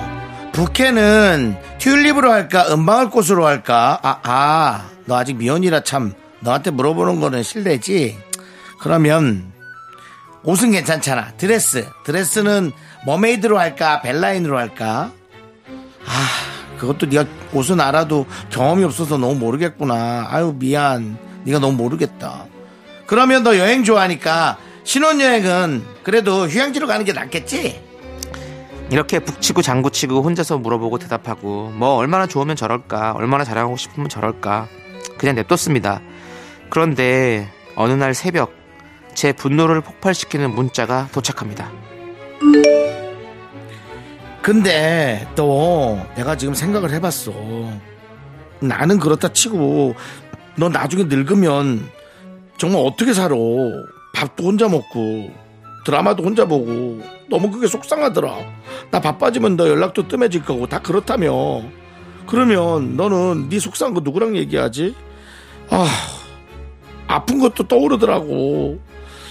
Speaker 1: 부캐는 튤립으로 할까, 은방울 꽃으로 할까? 아, 아, 너 아직 미혼이라 참, 너한테 물어보는 거는 실례지? 그러면, 옷은 괜찮잖아. 드레스. 드레스는 머메이드로 할까, 벨라인으로 할까? 아, 그것도 네가 옷은 알아도 경험이 없어서 너무 모르겠구나. 아유, 미안. 네가 너무 모르겠다. 그러면 너 여행 좋아하니까 신혼여행은 그래도 휴양지로 가는 게 낫겠지?
Speaker 2: 이렇게 북치고 장구치고 혼자서 물어보고 대답하고 뭐 얼마나 좋으면 저럴까 얼마나 자랑하고 싶으면 저럴까 그냥 냅뒀습니다 그런데 어느 날 새벽 제 분노를 폭발시키는 문자가 도착합니다
Speaker 1: 근데 또 내가 지금 생각을 해봤어. 나는 그렇다 치고 너 나중에 늙으면 정말 어떻게 살아? 밥도 혼자 먹고 드라마도 혼자 보고 너무 그게 속상하더라. 나 바빠지면 너 연락도 뜸해질 거고 다 그렇다며. 그러면 너는 네 속상한 거 누구랑 얘기하지? 아 아픈 것도 떠오르더라고.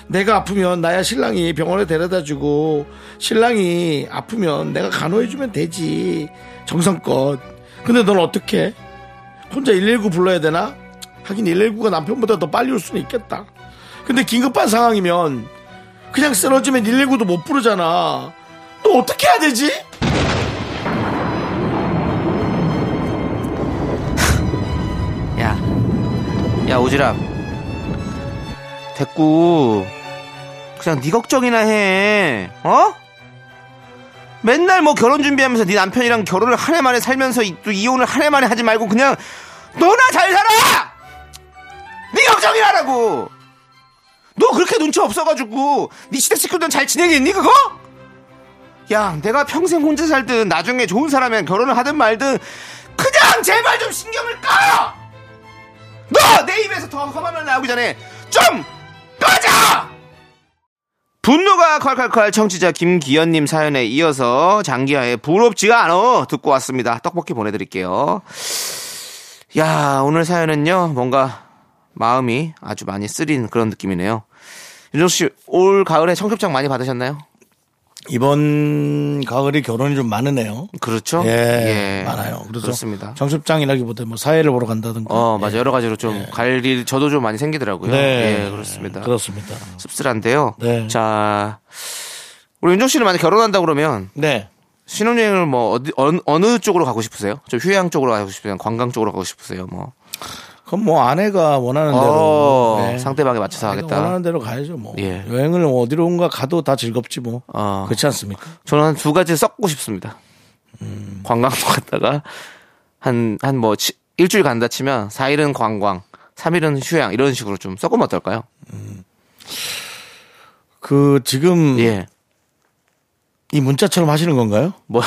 Speaker 1: 내가 아프면 나야 신랑이 병원에 데려다 주고 신랑이 아프면 내가 간호해 주면 되지 정성껏 근데 넌 어떻게 혼자 119 불러야 되나 하긴 119가 남편보다 더 빨리 올 수는 있겠다 근데 긴급한 상황이면 그냥 쓰러지면 119도 못 부르잖아 또 어떻게 해야 되지
Speaker 2: 야, 야 오지랖 됐고 그냥 네 걱정이나 해 어? 맨날 뭐 결혼 준비하면서 네 남편이랑 결혼을 한 해 만에 살면서 이- 또 이혼을 한 해 만에 하지 말고 그냥 너나 잘 살아! 네 걱정이라고! 너 그렇게 눈치 없어가지고 네 시댁 식구들은 잘 지내겠니 그거? 야 내가 평생 혼자 살든 나중에 좋은 사람이랑 결혼을 하든 말든 그냥 제발 좀 신경을 꺼! 너 내 입에서 더 험한 말 나오기 전에 좀 꺼져! 분노가 콸콸콸 청취자 김기현님 사연에 이어서 장기하의 부럽지가 않어 듣고 왔습니다. 떡볶이 보내드릴게요. 야 오늘 사연은요 뭔가 마음이 아주 많이 쓰린 그런 느낌이네요. 윤정수 씨 올 가을에 청첩장 많이 받으셨나요?
Speaker 1: 이번 가을에 결혼이 좀 많으네요.
Speaker 2: 그렇죠.
Speaker 1: 예, 많아요. 그래서
Speaker 2: 그렇습니다.
Speaker 1: 정습장이라기보다 뭐 사회를 보러 간다든가.
Speaker 2: 어 맞아 요 여러 가지로 좀 갈 일 저도 좀 많이 생기더라고요.
Speaker 1: 네,
Speaker 2: 예, 그렇습니다.
Speaker 1: 그렇습니다.
Speaker 2: 씁쓸한데요.
Speaker 1: 네.
Speaker 2: 자 우리 윤종 씨는 만약 결혼한다 그러면
Speaker 1: 네,
Speaker 2: 신혼여행을 뭐 어디 어느, 어느 쪽으로 가고 싶으세요? 좀 휴양 쪽으로 가고 싶으세요? 관광 쪽으로 가고 싶으세요? 뭐
Speaker 1: 그럼 뭐 아내가 원하는 대로
Speaker 2: 어,
Speaker 1: 네.
Speaker 2: 상대방에 맞춰서
Speaker 1: 아내가
Speaker 2: 하겠다.
Speaker 1: 원하는 대로 가야죠. 뭐
Speaker 2: 예.
Speaker 1: 여행을 어디론가 가도 다 즐겁지 뭐.
Speaker 2: 어.
Speaker 1: 그렇지 않습니까?
Speaker 2: 저는 한 두 가지 섞고 싶습니다.
Speaker 1: 음.
Speaker 2: 관광도 갔다가 한 한 뭐 일주일 간다 치면 4일은 관광, 3일은 휴양 이런 식으로 좀 섞으면 어떨까요?
Speaker 1: 그 지금
Speaker 2: 예.
Speaker 1: 이 문자처럼 하시는 건가요?
Speaker 2: 뭐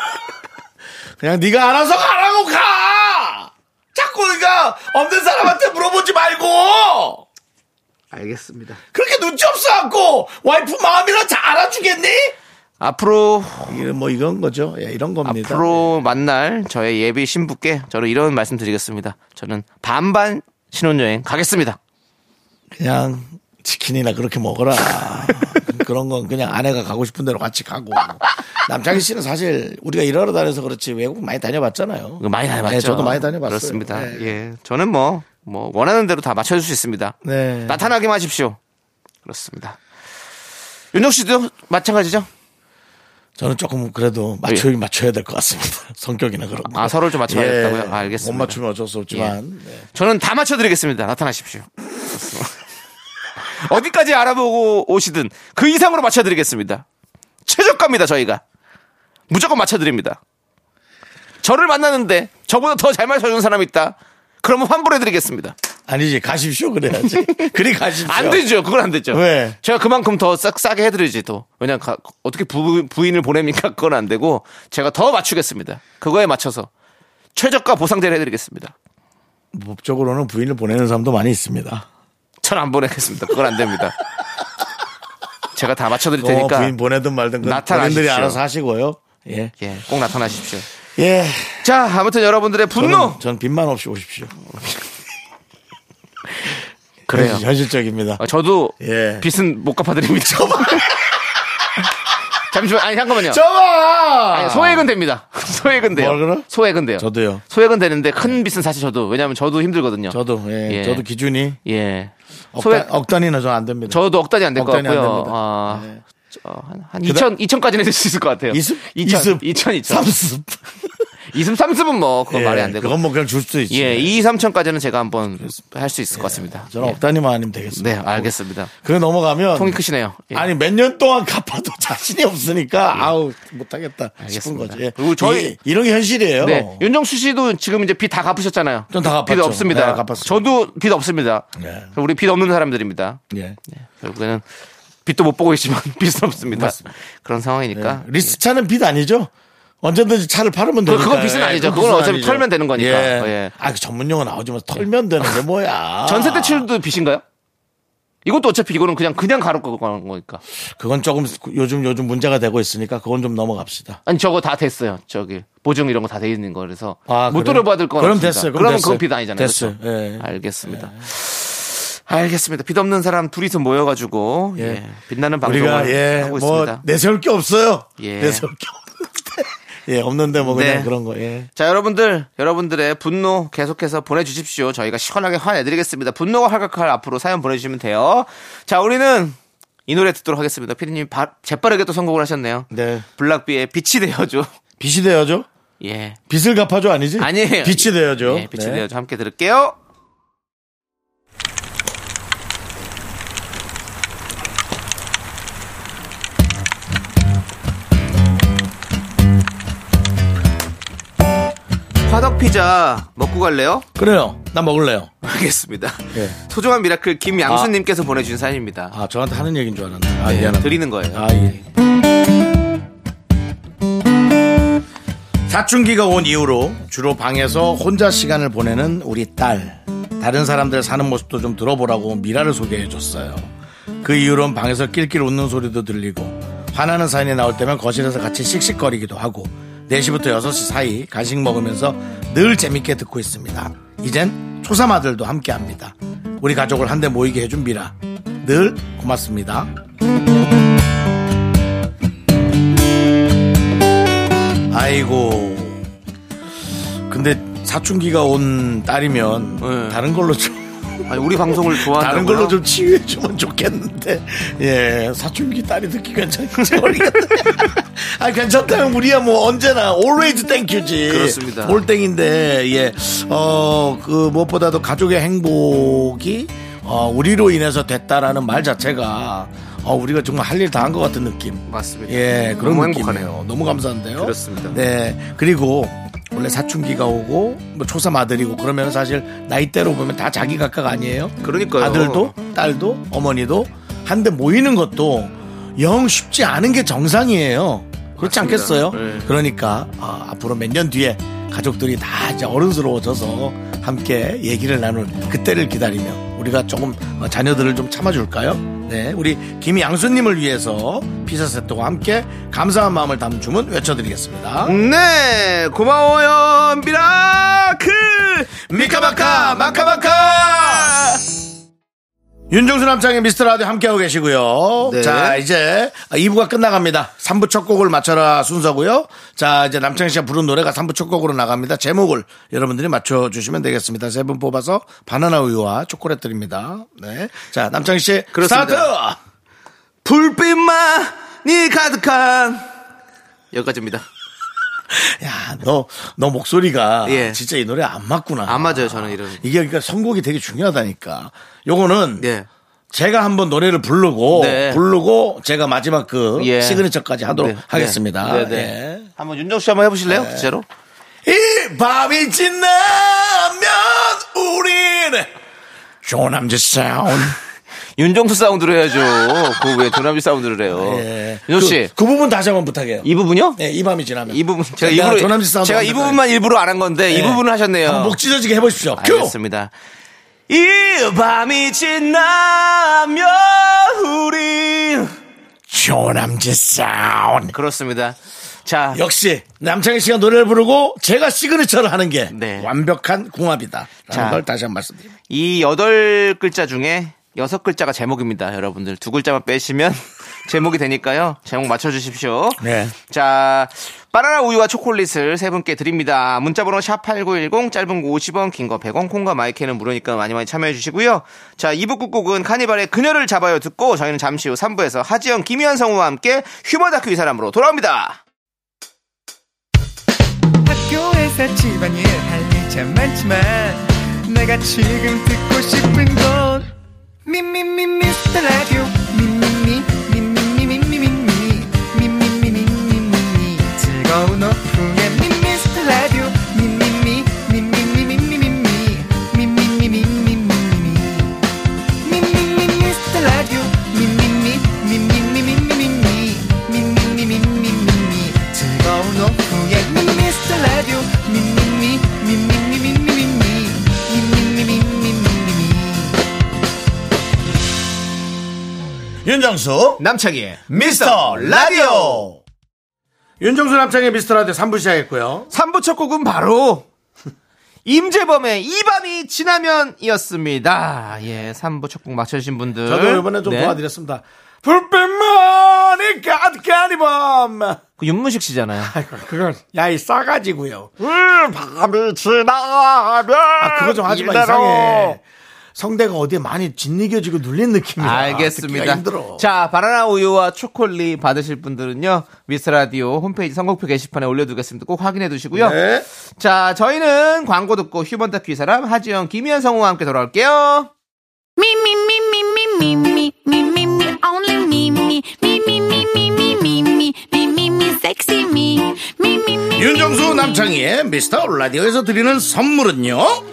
Speaker 1: 그냥 네가 알아서 가라고 가. 자꾸 그러니까 없는 사람한테 물어보지 말고.
Speaker 2: 알겠습니다.
Speaker 1: 그렇게 눈치 없어 갖고 와이프 마음이나 잘 알아주겠니?
Speaker 2: 앞으로
Speaker 1: 이게 뭐 이건 거죠. 예, 이런 겁니다. 네.
Speaker 2: 앞으로 만날 저의 예비 신부께 저는 이런 말씀 드리겠습니다. 저는 반반 신혼여행 가겠습니다.
Speaker 1: 그냥 치킨이나 그렇게 먹어라. 그런 건 그냥 아내가 가고 싶은 대로 같이 가고. 남창희 씨는 사실 우리가 일하러 다녀서 그렇지 외국 많이 다녀봤잖아요.
Speaker 2: 이거 그 많이 다녀봤죠.
Speaker 1: 네, 저도 많이 다녀봤어요.
Speaker 2: 그렇습니다.
Speaker 1: 네.
Speaker 2: 예, 저는 뭐 뭐 원하는 대로 다 맞춰줄 수 있습니다.
Speaker 1: 네.
Speaker 2: 나타나기만 하십시오. 그렇습니다. 윤정 씨도 마찬가지죠?
Speaker 1: 저는 조금 그래도 맞춰 맞춰야 될 것 같습니다. 성격이나 그런 거.
Speaker 2: 예.
Speaker 1: 예.
Speaker 2: 아, 서로를 좀 맞춰야 된다고요? 아, 알겠습니다.
Speaker 1: 못
Speaker 2: 예.
Speaker 1: 맞추면 어쩔 수 없지만 네.
Speaker 2: 저는 다 맞춰드리겠습니다. 나타나십시오. 그렇습니다. 어디까지 알아보고 오시든 그 이상으로 맞춰드리겠습니다. 최저가입니다, 저희가. 무조건 맞춰드립니다. 저를 만나는데 저보다 더 잘 맞춰주는 사람이 있다. 그러면 환불해드리겠습니다.
Speaker 1: 아니지 가십시오 그래야지. 그리 가십시오.
Speaker 2: 안 되죠. 그건 안 되죠.
Speaker 1: 왜?
Speaker 2: 제가 그만큼 더 싹, 싸게 해드리지 또. 왜냐면 가- 어떻게 부, 부인을 보냅니까? 그건 안 되고 제가 더 맞추겠습니다. 그거에 맞춰서 최저가 보상제를 해드리겠습니다.
Speaker 1: 법적으로는 부인을 보내는 사람도 많이 있습니다.
Speaker 2: 전 안 보내겠습니다. 그건 안 됩니다. 제가 다 맞춰드릴
Speaker 1: 어,
Speaker 2: 테니까
Speaker 1: 부인 보내든 말든 그
Speaker 2: 그러니까 나타나십시오.
Speaker 1: 본인들이 알아서 하시고요. 예.
Speaker 2: 예, 꼭 나타나십시오.
Speaker 1: 예.
Speaker 2: 자, 아무튼 여러분들의 분노
Speaker 1: 저는, 전 빚만 없이 오십시오.
Speaker 2: 그래요.
Speaker 1: 현실- 현실적입니다.
Speaker 2: 어, 저도
Speaker 1: 예.
Speaker 2: 빚은 못 갚아드립니다. 잠시만, 아니 잠깐만요.
Speaker 1: 저봐.
Speaker 2: 아니, 소액은 됩니다. 소액은 돼요.
Speaker 1: 뭘 그래?
Speaker 2: 소액은 돼요.
Speaker 1: 저도요.
Speaker 2: 소액은 되는데 큰 빚은 사실 저도 왜냐하면 저도 힘들거든요.
Speaker 1: 저도 예,
Speaker 2: 예.
Speaker 1: 저도 기준이
Speaker 2: 예. 소액
Speaker 1: 억단, 억단이나 저 안 됩니다.
Speaker 2: 저도 억단이 안 될 것
Speaker 1: 억단이 안
Speaker 2: 같고요.
Speaker 1: 됩니다.
Speaker 2: 아,
Speaker 1: 네.
Speaker 2: 저, 한, 한 2천 2천까지는 해줄 수 있을 것 같아요.
Speaker 1: 이습,
Speaker 2: 2천
Speaker 1: 이습,
Speaker 2: 2천 2천
Speaker 1: 삼습.
Speaker 2: 2습 3습은 뭐 그건
Speaker 1: 예,
Speaker 2: 말이 안 되고.
Speaker 1: 그건 뭐 그냥 줄 수도 있지.
Speaker 2: 예, 2, 3천까지는 제가 한번 할 수 있을 것 같습니다.
Speaker 1: 저는
Speaker 2: 예.
Speaker 1: 억단이만 아니면 되겠습니다.
Speaker 2: 네, 알겠습니다.
Speaker 1: 그게 넘어가면
Speaker 2: 통이 크시네요. 예.
Speaker 1: 아니 몇 년 동안 갚아도 자신이 없으니까 아우 못하겠다 싶은
Speaker 2: 알겠습니다.
Speaker 1: 거지. 예.
Speaker 2: 그리고 저희-
Speaker 1: 이, 런게 현실이에요.
Speaker 2: 네, 윤정수 씨도 지금 이제 빚 다 갚으셨잖아요.
Speaker 1: 전다 갚았죠.
Speaker 2: 빚 없습니다.
Speaker 1: 네, 갚았어요.
Speaker 2: 저도 빚 없습니다.
Speaker 1: 네.
Speaker 2: 우리 빚 없는 사람들입니다.
Speaker 1: 예.
Speaker 2: 결국에는 빚도 못 보고 계시지만 빚은 없습니다.
Speaker 1: 맞습니다. 네.
Speaker 2: 그런 상황이니까.
Speaker 1: 예. 리스 차는 빚 아니죠? 언제든지 차를 팔으면
Speaker 2: 그러니까 그-
Speaker 1: 되니까.
Speaker 2: 그건 빚은 아니죠.
Speaker 1: 그건
Speaker 2: 그건
Speaker 1: 빚은
Speaker 2: 어차피 털면 되는 거니까.
Speaker 1: 예.
Speaker 2: 어, 예.
Speaker 1: 아, 그 전문 용어 나오지만 털면 되는 게 뭐야.
Speaker 2: 전세 대출도 빚인가요? 이것도 어차피 이거는 그냥 그냥 가로고 가는 거니까.
Speaker 1: 그건 조금 요즘 요즘 문제가 되고 있으니까 그건 좀 넘어갑시다.
Speaker 2: 아니 저거 다 됐어요. 저기 보증 이런 거 다 돼 있는 거라서
Speaker 1: 아,
Speaker 2: 못
Speaker 1: 그래요?
Speaker 2: 들어받을 건
Speaker 1: 그럼
Speaker 2: 없습니다.
Speaker 1: 됐어요. 그럼
Speaker 2: 그러면
Speaker 1: 됐어요.
Speaker 2: 그건 빚 아니잖아요.
Speaker 1: 됐어요.
Speaker 2: 그렇죠?
Speaker 1: 예.
Speaker 2: 알겠습니다. 알겠습니다. 빚 없는 사람 둘이서 모여가지고
Speaker 1: 예.
Speaker 2: 예. 빛나는 방송을
Speaker 1: 우리가 예,
Speaker 2: 하고
Speaker 1: 뭐
Speaker 2: 있습니다.
Speaker 1: 내세울 게 없어요.
Speaker 2: 예.
Speaker 1: 내세울 게 없는데. 예, 없는데 뭐 그냥
Speaker 2: 네.
Speaker 1: 그런 거. 예.
Speaker 2: 자 여러분들 여러분들의 분노 계속해서 보내주십시오. 저희가 시원하게 화내드리겠습니다. 분노가 활각할 앞으로 사연 보내주시면 돼요. 자 우리는 이 노래 듣도록 하겠습니다. 피디님 바- 재빠르게 또 선곡을 하셨네요.
Speaker 1: 네.
Speaker 2: 블락비의 빛이 되어줘.
Speaker 1: 빚이 되어죠?
Speaker 2: 예.
Speaker 1: 빚을 갚아줘 아니지?
Speaker 2: 아니에요.
Speaker 1: 빚이 되어죠.
Speaker 2: 예, 빛이
Speaker 1: 네.
Speaker 2: 되어줘. 함께 들을게요. 화덕 피자 먹고 갈래요?
Speaker 1: 그래요. 나 먹을래요.
Speaker 2: 알겠습니다.
Speaker 1: 예.
Speaker 2: 소중한 미라클 김양수님께서 보내주신 사연입니다.
Speaker 1: 아, 저한테 하는 얘기인 줄 알았네. 아, 미안합니다.
Speaker 2: 드리는 거예요.
Speaker 1: 아, 예. 사춘기가 온 이후로 주로 방에서 혼자 시간을 보내는 우리 딸. 다른 사람들 사는 모습도 좀 들어보라고 미라를 소개해 줬어요. 그 이후로는 방에서 낄낄 웃는 소리도 들리고 화나는 사연이 나올 때면 거실에서 같이 씩씩거리기도 하고 4시부터 6시 사이 간식 먹으면서 늘 재밌게 듣고 있습니다. 이젠 초삼아들도 함께 합니다. 우리 가족을 한데 모이게 해준 미라. 늘 고맙습니다. 아이고. 근데 사춘기가 온 딸이면
Speaker 2: 네.
Speaker 1: 다른 걸로 좀
Speaker 2: 아니, 우리 방송을 좋아하는
Speaker 1: 다른 걸로 좀 치유해 주면 좋겠는데 예 사춘기 딸이 듣기 괜찮지 모르겠네 아 괜찮다면 우리야 뭐 언제나 always 땡큐지
Speaker 2: 그렇습니다.
Speaker 1: 올땡인데 예. 예어그 무엇보다도 가족의 행복이 어, 우리로 인해서 됐다라는 말 자체가 어, 우리가 정말 할 일 다 한 것 같은 느낌
Speaker 2: 맞습니다.
Speaker 1: 예 그런
Speaker 2: 음, 너무
Speaker 1: 느낌이에요.
Speaker 2: 행복하네요.
Speaker 1: 너무 감사한데요
Speaker 2: 그렇습니다.
Speaker 1: 네 그리고 원래 사춘기가 오고 뭐 초삼 아들이고 그러면 사실 나이대로 보면 다 자기 각각 아니에요?
Speaker 2: 그러니까요.
Speaker 1: 아들도 딸도 어머니도 한데 모이는 것도 영 쉽지 않은 게 정상이에요. 그렇지
Speaker 2: 맞습니다.
Speaker 1: 않겠어요?
Speaker 2: 네.
Speaker 1: 그러니까 아, 앞으로 몇 년 뒤에 가족들이 다 이제 어른스러워져서 함께 얘기를 나눌 그때를 기다리며 우리가 조금 어, 자녀들을 좀 참아줄까요? 네, 우리 김양수님을 위해서 피자 세트와 함께 감사한 마음을 담은 주문 외쳐드리겠습니다.
Speaker 2: 네, 고마워요, 미라클!
Speaker 1: 미카마카 마카마카 윤종수 남창의 미스터라디오 함께하고 계시고요
Speaker 2: 네.
Speaker 1: 자 이제 2부가 끝나갑니다 3부 첫 곡을 맞춰라 순서고요 자 이제 남창희 씨가 부른 노래가 3부 첫 곡으로 나갑니다 제목을 여러분들이 맞춰주시면 되겠습니다 세 분 뽑아서 바나나 우유와 초콜릿 드립니다 네자 남창희 씨
Speaker 2: 그렇습니다.
Speaker 1: 스타트
Speaker 2: 불빛만이 가득한 여기까지입니다.
Speaker 1: 야너너 목소리가
Speaker 2: 예.
Speaker 1: 진짜 이 노래 안 맞구나
Speaker 2: 안 맞아요, 저는 이런.
Speaker 1: 이게 그러니까 선곡이 되게 중요하다니까 요거는
Speaker 2: 예.
Speaker 1: 제가 한번 노래를 부르고
Speaker 2: 네.
Speaker 1: 부르고 제가 마지막 그
Speaker 2: 예.
Speaker 1: 시그니처까지 하도록
Speaker 2: 네, 네.
Speaker 1: 하겠습니다. 네.
Speaker 2: 네, 네. 한번 윤정 씨 한번 해보실래요? 진짜로?
Speaker 1: 예. 이 밤이 지나면 우린 조남지 사운.
Speaker 2: 윤정수 사운드로 해야죠. 그 왜 조남지 사운드를 해요?
Speaker 1: 예.
Speaker 2: 윤정 씨,
Speaker 1: 그, 그 부분 다시 한번 부탁해요.
Speaker 2: 이 부분요?
Speaker 1: 네, 이 밤이 지나면.
Speaker 2: 이 부분 제가
Speaker 1: 내가
Speaker 2: 일부러
Speaker 1: 조남지 사운드
Speaker 2: 제가 이
Speaker 1: 한다고
Speaker 2: 부분만 일부러 안 한 건데 이
Speaker 1: 예.
Speaker 2: 부분을 하셨네요.
Speaker 1: 한번 목 찢어지게 해보십시오. 큐!
Speaker 2: 알겠습니다. 이 밤이 지나면 우린
Speaker 1: 조남지 사운.
Speaker 2: 그렇습니다. 자,
Speaker 1: 역시 남창희 씨가 노래를 부르고 제가 시그니처를 하는 게
Speaker 2: 네.
Speaker 1: 완벽한 궁합이다.
Speaker 2: 자.
Speaker 1: 라는 걸 다시 한번 말씀드립니다.
Speaker 2: 이 여덟 글자 중에 여섯 글자가 제목입니다, 여러분들. 두 글자만 빼시면 제목이 되니까요. 제목 맞춰주십시오.
Speaker 1: 네.
Speaker 2: 자, 바나나 우유와 초콜릿을 세 분께 드립니다. 문자번호 샵8910, 짧은 거 50원, 긴 거 100원, 콩과 마이크는 무료니까 많이 많이 참여해주시고요. 자, 2부 끝곡은 카니발의 그녀를 잡아요 듣고 저희는 잠시 후 3부에서 하지영, 김희연 성우와 함께 휴머 다큐 이 사람으로 돌아옵니다.
Speaker 6: 학교에서 집안일 할 일 참 많지만 내가 지금 듣고 싶은 건 미미미 미스터 라디오 미미미 미미미 미미미 미미미 미미미 미미미 즐거운 오후에 미미스터 라디오 미미미 미미미 미미미 미미미 미미미 미미미
Speaker 1: 윤정수
Speaker 2: 남창희의
Speaker 1: 미스터 라디오 윤정수 남창의 미스터 라디오 3부 시작했고요
Speaker 2: 3부 첫 곡은 바로 임재범의 이 밤이 지나면이었습니다. 예, 3부 첫 곡 맞춰주신 분들.
Speaker 1: 저도 이번에 좀
Speaker 2: 네.
Speaker 1: 도와드렸습니다 불빛만이 가득한 이밤
Speaker 2: 그 윤문식 씨잖아요.
Speaker 1: 그걸 야이 싸가지고요
Speaker 2: 음, 밤이 지나면.
Speaker 1: 아 그거 좀 하지 마 이상해 성대가 어디에 많이 짓이겨지고 눌린 느낌이야 아, 듣기가
Speaker 2: 알겠습니다.
Speaker 1: 힘들어
Speaker 2: 자, 바나나 우유와 초콜릿 받으실 분들은요, 미스 라디오 홈페이지 선곡표 게시판에 올려두겠습니다. 꼭 확인해 두시고요.
Speaker 1: 네.
Speaker 2: 자, 저희는 광고 듣고 휴먼 다큐 이 사람, 하지영, 김희연 성우와 함께 돌아올게요.
Speaker 5: Me, me, me, me, me, me, me, me, me, me, only me, me, me, me, me, me, me, me, me, me, me, me, sexy me, me, me, me.
Speaker 1: 윤정수 남창희의 미스터 라디오에서 드리는 선물은요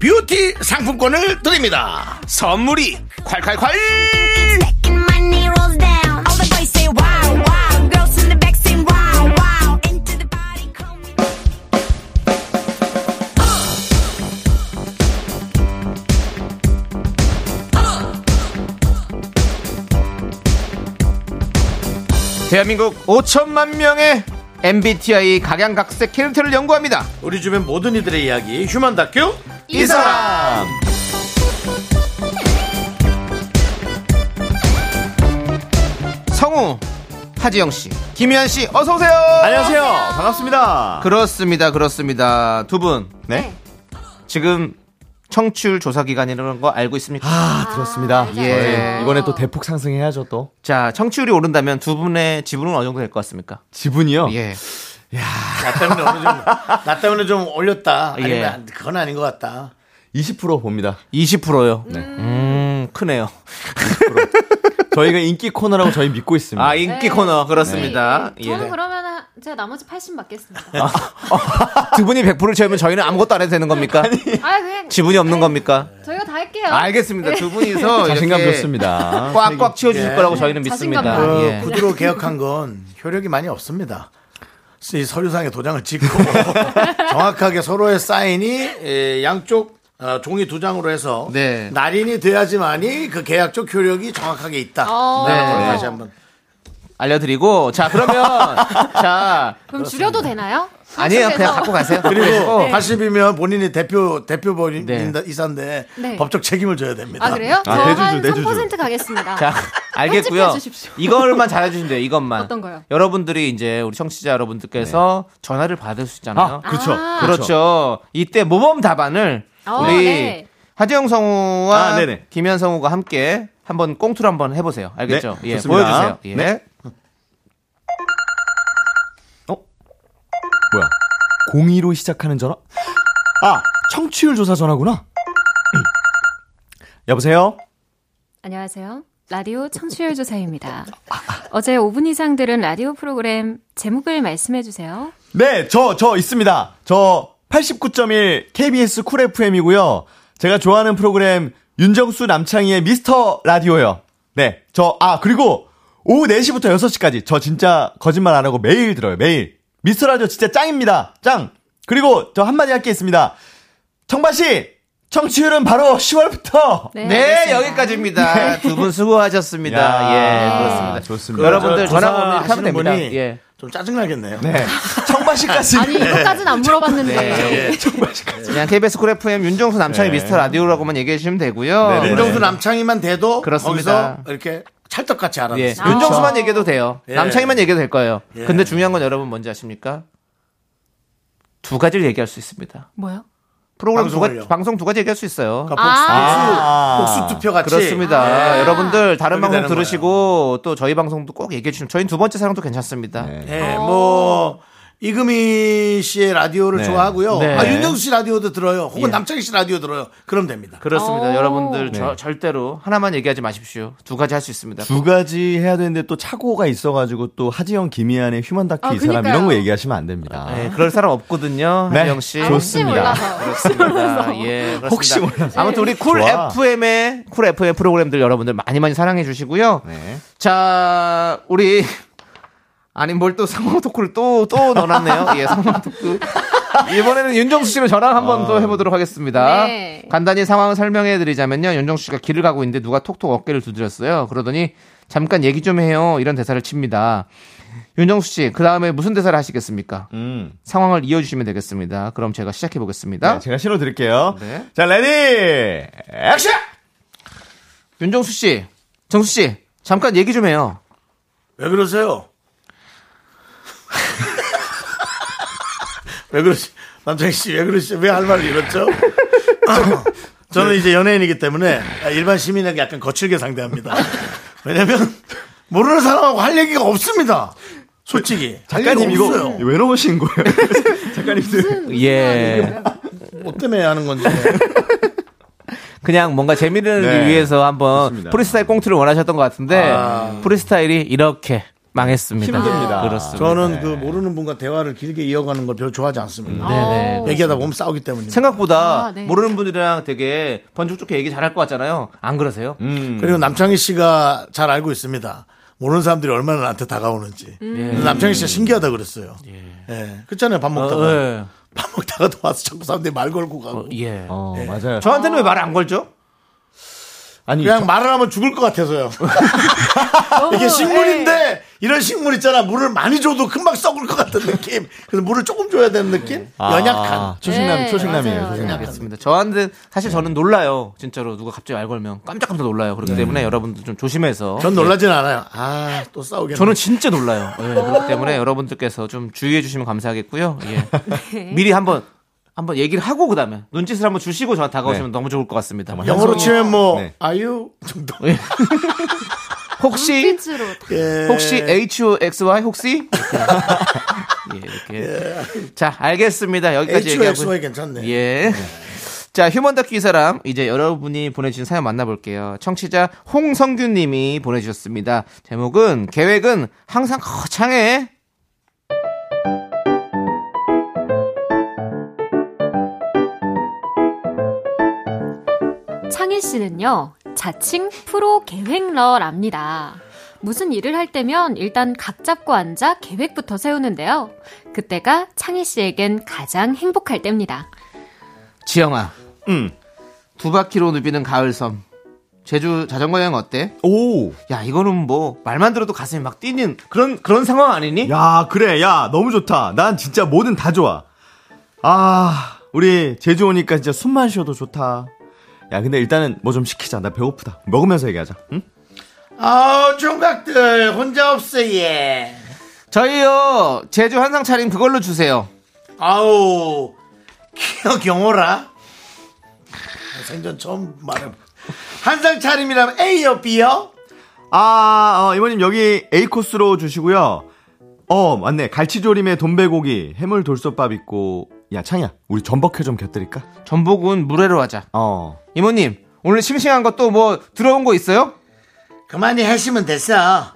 Speaker 1: 뷰티 상품권을 드립니다
Speaker 2: 선물이 콸콸콸!
Speaker 5: Sexy
Speaker 2: 대한민국 5천만 명의 MBTI 각양각색 캐릭터를 연구합니다.
Speaker 1: 우리 주변 모든 이들의 이야기 휴먼 다큐
Speaker 2: 이 사람. 성우 하지영 씨, 김희연 씨, 어서 오세요.
Speaker 7: 안녕하세요. 반갑습니다.
Speaker 2: 그렇습니다, 그렇습니다. 두 분.
Speaker 7: 네.
Speaker 2: 지금 청취율 조사 기간이라는 거 알고 있습니까?
Speaker 7: 아, 들었습니다.
Speaker 2: 예.
Speaker 7: 예. 이번에 또 대폭 상승해야죠, 또.
Speaker 2: 자, 청취율이 오른다면 두 분의 지분은 어느 정도 될 것 같습니까?
Speaker 7: 지분이요?
Speaker 2: 예.
Speaker 1: 나 때문에 오늘 아, 좀나 때문에 좀 올렸다 아니면
Speaker 2: 예.
Speaker 1: 안- 그건 아닌 것 같다
Speaker 7: 20% 봅니다.
Speaker 2: 20%요. 음, 크네요.
Speaker 7: 저희가 인기 코너라고 저희 믿고 있습니다.
Speaker 2: 아, 인기 코너 그렇습니다. 예, 아.
Speaker 8: 네. 저는 그러면 제가 나머지 80 맞겠습니다.
Speaker 2: 두 분이 100%를 채우면 저희는 아무것도 안 해도 되는 겁니까?
Speaker 8: 아 그냥
Speaker 2: 지분이 아, 없는 겁니까?
Speaker 8: 저희가 다 할게요.
Speaker 2: 알겠습니다. 두 분이서
Speaker 7: 자신감
Speaker 2: 이렇게
Speaker 7: 좋습니다.
Speaker 2: 꽉꽉 치워주실
Speaker 1: 예.
Speaker 2: 거라고 네. 저희는 믿습니다.
Speaker 8: 자신감 많이.
Speaker 1: 그
Speaker 2: 예.
Speaker 1: 구두로 개혁한 건 효력이 많이 없습니다. 이 서류상에 도장을 찍고 정확하게 서로의 사인이 에, 양쪽 어, 종이 두 장으로 해서
Speaker 2: 네.
Speaker 1: 날인이 돼야지만이 그 계약적 효력이 정확하게 있다.
Speaker 8: 어.
Speaker 1: 네.
Speaker 2: 네.
Speaker 1: 다시 한번
Speaker 2: 알려드리고 자 그러면 자
Speaker 8: 그럼 줄여도 되나요?
Speaker 2: 아니에요
Speaker 8: 그래서-
Speaker 2: 그냥 갖고 가세요.
Speaker 1: 그리고
Speaker 2: 네.
Speaker 1: 80이면 본인이 대표 대표 본인
Speaker 2: 네.
Speaker 1: 이사인데
Speaker 8: 네.
Speaker 1: 법적 책임을 져야 됩니다.
Speaker 8: 아 그래요?
Speaker 7: 아, 내주죠,
Speaker 8: 저
Speaker 7: 내주죠.
Speaker 8: 한 3% 가겠습니다.
Speaker 2: 자 알겠고요.
Speaker 8: 편집해 주십시오.
Speaker 2: 이걸만 잘해주시면 돼요. 이것만
Speaker 8: 네. 어떤 거요?
Speaker 2: 여러분들이 이제 우리 청취자 여러분들께서 전화를 받을 수 있잖아요.
Speaker 7: 네. 그렇죠.
Speaker 8: 아.
Speaker 2: 그렇죠. 이때 모범 답안을
Speaker 8: 어,
Speaker 2: 우리
Speaker 8: 네.
Speaker 2: 하재영 성우와
Speaker 7: 아, 네네.
Speaker 2: 김현 성우가 함께 한번 꽁투를 한번 해보세요. 알겠죠?
Speaker 7: 네,
Speaker 2: 예,
Speaker 7: 좋습니다.
Speaker 2: 보여주세요. 예.
Speaker 7: 네. 뭐야? 02로 시작하는 전화? 아, 청취율 조사 전화구나. 음. 여보세요?
Speaker 8: 안녕하세요. 라디오 청취율 조사입니다. 어제 5분 이상 들은 라디오 프로그램 제목을 말씀해 주세요.
Speaker 7: 네, 저, 저 있습니다. 저 89.1 KBS 쿨 FM이고요. 제가 좋아하는 프로그램 윤정수 남창희의 미스터 라디오요. 네, 저, 아, 그리고 오후 4시부터 6시까지 저 진짜 거짓말 안 하고 매일 들어요, 매일. 미스터 라디오 진짜 짱입니다. 짱! 그리고 저 한마디 할 게 있습니다. 청바씨! 청취율은 바로 10월부터!
Speaker 8: 네,
Speaker 2: 네,
Speaker 8: 알겠습니다.
Speaker 2: 여기까지입니다. 두 분 수고하셨습니다.
Speaker 7: 야, 네.
Speaker 2: 예, 그렇습니다.
Speaker 7: 좋습니다.
Speaker 2: 여러분들
Speaker 1: 저
Speaker 2: 전화 오면
Speaker 1: 조사하시는
Speaker 2: 하면 됩니다.
Speaker 1: 분이
Speaker 2: 예.
Speaker 1: 좀 짜증 나겠네요.
Speaker 7: 네. 청바씨까지.
Speaker 8: 아니 이것까지는 안
Speaker 7: 네.
Speaker 8: 물어봤는데.
Speaker 2: 네. 그냥 KBS 쿨 FM 윤정수 남창희 미스터 라디오라고만 얘기해 주시면 되고요.
Speaker 7: 네네.
Speaker 1: 윤정수 남창희만 돼도
Speaker 2: 그렇습니다.
Speaker 1: 거기서 이렇게 찰떡같이 알아듣습니다.
Speaker 2: 예.
Speaker 8: 아.
Speaker 2: 윤정수만 얘기해도 돼요.
Speaker 1: 예.
Speaker 2: 남창희만 얘기해도 될 거예요.
Speaker 1: 예.
Speaker 2: 근데 중요한 건 여러분 뭔지 아십니까? 두 가지를 얘기할 수 있습니다.
Speaker 8: 뭐요?
Speaker 2: 프로그램 두
Speaker 1: 방송을요.
Speaker 2: 가지, 방송 두 가지 얘기할 수 있어요.
Speaker 7: 아.
Speaker 1: 그러니까 복수, 복수 투표 같이.
Speaker 2: 그렇습니다.
Speaker 1: 예.
Speaker 2: 여러분들 다른
Speaker 1: 그렇게
Speaker 2: 방송
Speaker 1: 되는
Speaker 2: 들으시고 또 저희 방송도 꼭 얘기해 주시면 저희 두 번째 사랑도 괜찮습니다.
Speaker 1: 예,
Speaker 8: 어.
Speaker 1: 뭐 이금희 씨의 라디오를
Speaker 7: 네.
Speaker 1: 좋아하고요.
Speaker 2: 네.
Speaker 1: 아, 윤정수 씨 라디오도 들어요. 혹은
Speaker 2: 예.
Speaker 1: 남창희 씨 라디오 들어요. 그럼 됩니다.
Speaker 2: 그렇습니다.
Speaker 8: 오.
Speaker 2: 여러분들
Speaker 7: 네.
Speaker 2: 저- 절대로 하나만 얘기하지 마십시오. 두 가지 할 수 있습니다.
Speaker 7: 두 가지 해야 되는데 또 착오가 있어가지고 또 하지영, 김희안의 휴먼 다큐
Speaker 8: 아,
Speaker 7: 이 사람
Speaker 8: 그니까요.
Speaker 7: 이런 거 얘기하시면 안 됩니다.
Speaker 2: 네, 그럴 사람 없거든요.
Speaker 7: 네,
Speaker 2: 한영 씨.
Speaker 7: 아, 혹시 좋습니다.
Speaker 8: 몰라서.
Speaker 2: 네. 그렇습니다. 예, 그렇습니다.
Speaker 7: 혹시 몰라서.
Speaker 2: 아무튼 우리 쿨
Speaker 7: 좋아.
Speaker 2: FM의 쿨 FM 프로그램들 여러분들 많이 많이 사랑해 주시고요.
Speaker 7: 네.
Speaker 2: 자, 우리 아니 뭘 또 상호 토크를 또 또 넣어놨네요. 예, 상호 토크. 이번에는 윤정수 씨는 저랑 한번
Speaker 7: 아.
Speaker 2: 또 해보도록 하겠습니다.
Speaker 8: 네.
Speaker 2: 간단히 상황을 설명해드리자면요. 윤정수 씨가 길을 가고 있는데 누가 톡톡 어깨를 두드렸어요. 그러더니 잠깐 얘기 좀 해요. 이런 대사를 칩니다. 윤정수 씨, 그 다음에 무슨 대사를 하시겠습니까?
Speaker 7: 음.
Speaker 2: 상황을 이어주시면 되겠습니다. 그럼 제가 시작해 보겠습니다.
Speaker 7: 네, 제가 실어 드릴게요.
Speaker 2: 네.
Speaker 7: 자, 레디! 액션!
Speaker 2: 윤정수 씨, 정수 씨, 잠깐 얘기 좀 해요.
Speaker 1: 왜 그러세요? 왜 그러시? 남창희 씨 왜 그러시? 왜 할 말을 잃었죠? 저는
Speaker 7: 네.
Speaker 1: 이제 연예인이기 때문에 일반 시민에게 약간 거칠게 상대합니다. 왜냐면 모르는 사람하고 할 얘기가 없습니다. 솔직히 할 얘기가
Speaker 7: 작가님 이거
Speaker 1: 없어요.
Speaker 7: 왜 넣으신 거예요? 작가님들.
Speaker 2: 예.
Speaker 1: 뭐 때문에 하는 건지.
Speaker 2: 그냥 뭔가 재미를
Speaker 7: 네.
Speaker 2: 위해서 한번
Speaker 7: 좋습니다.
Speaker 2: 프리스타일 꽁트를 원하셨던 것 같은데
Speaker 1: 아.
Speaker 2: 프리스타일이 이렇게 망했습니다.
Speaker 7: 힘듭니다.
Speaker 2: 그렇습니다.
Speaker 1: 저는 그 모르는 분과 대화를 길게 이어가는 걸 별로 좋아하지 않습니다. 음.
Speaker 2: 네네.
Speaker 1: 얘기하다 보면 싸우기 때문입니다.
Speaker 2: 생각보다
Speaker 8: 아, 네.
Speaker 2: 모르는 분들이랑 되게 번쩍 좋게 얘기 잘할 것 같잖아요. 안 그러세요?
Speaker 1: 그리고 남창희 씨가 잘 알고 있습니다. 모르는 사람들이 얼마나 나한테 다가오는지.
Speaker 2: 예.
Speaker 1: 근데 남창희 씨가 신기하다 그랬어요. 예. 그렇잖아요. 밥
Speaker 2: 어,
Speaker 1: 먹다가.
Speaker 2: 예.
Speaker 1: 밥 먹다가 음. 또 와서 자꾸 사람들이 말 걸고 가고.
Speaker 2: 어, 예.
Speaker 7: 어, 맞아요.
Speaker 2: 저한테는 왜 말을 안 걸죠?
Speaker 7: 아니,
Speaker 1: 그냥
Speaker 7: 저-
Speaker 1: 말을 하면 죽을 것 같아서요. 이게 식물인데 이런 식물 있잖아. 물을 많이 줘도 금방 썩을 것 같은 느낌. 그래서 물을 조금 줘야 되는
Speaker 2: 예.
Speaker 1: 느낌?
Speaker 7: 아,
Speaker 1: 연약한.
Speaker 7: 초식남,
Speaker 8: 네,
Speaker 7: 초식남이에요.
Speaker 8: 맞아요.
Speaker 7: 초식남.
Speaker 2: 알겠습니다. 저한테 사실 저는 놀라요. 진짜로 누가 갑자기 말 걸면 깜짝깜짝 놀라요. 그렇기 때문에 여러분들 좀 조심해서.
Speaker 1: 전 놀라진 않아요. 아, 또 싸우겠네.
Speaker 2: 예. 저는 진짜 놀라요. 예, 그렇기 때문에 여러분들께서 좀 주의해 주시면 감사하겠고요. 예. 미리 한번 한번 얘기를 하고 그다음에 눈짓을 한번 주시고 저한테 다가오시면 너무 좋을 것 같습니다.
Speaker 1: 네. 영어로
Speaker 7: 한성이-
Speaker 1: 치면 뭐
Speaker 7: 네.
Speaker 1: 아유 정도.
Speaker 2: 혹시
Speaker 8: 빛으로 다-
Speaker 1: 예.
Speaker 2: 혹시 HOXY 혹시 이렇게, 예, 이렇게. 자 알겠습니다. 여기까지 얘기하고
Speaker 1: HOXY 괜찮네.
Speaker 2: 예. 자, 휴먼 다큐 이 사람. 이제 여러분이 보내주신 사연 만나볼게요. 청취자 홍성균 님이 보내주셨습니다. 제목은 계획은 항상 거창해.
Speaker 8: 창희 씨는요, 자칭 프로 계획러랍니다. 무슨 일을 할 때면 일단 각 잡고 앉아 계획부터 세우는데요. 그때가 창희 씨에겐 가장 행복할 때입니다.
Speaker 2: 지영아.
Speaker 7: 음.
Speaker 2: 두 바퀴로 누비는 가을섬. 제주 자전거 여행 어때?
Speaker 7: 오.
Speaker 2: 야, 이거는 뭐, 말만 들어도 가슴이 막 뛰는 그런, 그런 상황 아니니?
Speaker 7: 야, 그래. 야, 너무 좋다. 난 진짜 뭐든 다 좋아. 아, 우리 제주 오니까 진짜 숨만 쉬어도 좋다. 야, 근데 일단은 뭐 좀 시키자. 나 배고프다. 먹으면서 얘기하자. 응?
Speaker 1: 아우 총각들 혼자 없어 예.
Speaker 2: 저희요, 제주 한상 차림 그걸로 주세요.
Speaker 1: 아우 기억 영어라. 생전 처음 말해. 한상 차림이라면 A요 B요?
Speaker 7: 아, 어, 이모님 여기 A 코스로 주시고요. 어, 맞네. 갈치조림에 돈배고기, 해물 돌솥밥 있고. 야, 창이야. 우리 전복회 좀 곁들일까?
Speaker 2: 전복은 물회로 하자.
Speaker 7: 어.
Speaker 2: 이모님, 오늘 싱싱한 거 또 뭐, 들어온 거 있어요?
Speaker 1: 그만이 해시면 됐어.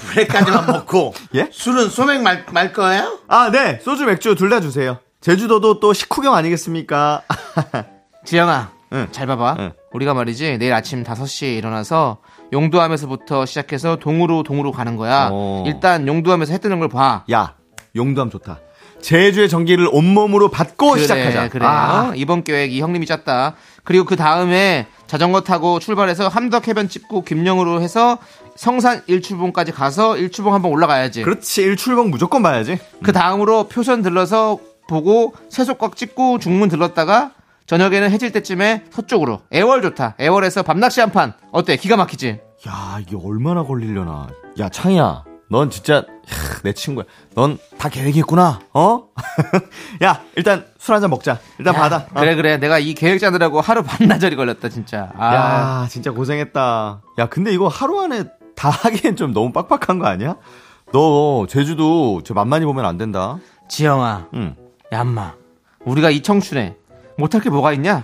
Speaker 1: 물회까지만 먹고
Speaker 7: 예?
Speaker 1: 술은 소맥 말, 말 거예요?
Speaker 7: 아, 네. 소주 맥주 둘 다 주세요. 제주도도 또 식후경 아니겠습니까?
Speaker 2: 지영아,
Speaker 7: 응.
Speaker 2: 잘 봐봐.
Speaker 7: 응.
Speaker 2: 우리가 말이지, 내일 아침 5시에 일어나서 용두암에서부터 시작해서 동으로 동으로 가는 거야.
Speaker 7: 어.
Speaker 2: 일단 용두암에서 해 뜨는 걸 봐.
Speaker 7: 야, 용담 좋다. 제주의 전기를 온몸으로 받고 시작하자.
Speaker 2: 그래.
Speaker 7: 아,
Speaker 2: 이번 계획 이 형님이 짰다. 그리고 그 다음에 자전거 타고 출발해서 함덕 해변 찍고 김영으로 해서 성산 일출봉까지 가서 일출봉 한번 올라가야지.
Speaker 7: 그렇지. 일출봉 무조건 봐야지.
Speaker 2: 그 다음으로 표선 들러서 보고 새소꽉 찍고 중문 들렀다가 저녁에는 해질 때쯤에 서쪽으로 애월 좋다. 애월에서 밤낚시 한 판. 어때? 기가 막히지?
Speaker 7: 야, 이게 얼마나 걸리려나. 야, 창이야. 넌 진짜 야, 내 친구야. 넌 다 계획이 있구나. 어? 야, 일단 술 한잔 먹자. 일단
Speaker 2: 야,
Speaker 7: 받아.
Speaker 2: 그래 그래. 내가 이 계획 짜느라고 하루 반나절이 걸렸다 진짜.
Speaker 7: 어.
Speaker 2: 아.
Speaker 7: 야, 진짜 고생했다. 야, 근데 이거 하루 안에 다 하기엔 좀 너무 빡빡한 거 아니야? 너 제주도 저 만만히 보면 안 된다.
Speaker 2: 지영아,
Speaker 7: 응.
Speaker 2: 얌마. 우리가 이 청춘에 못할 게 뭐가 있냐?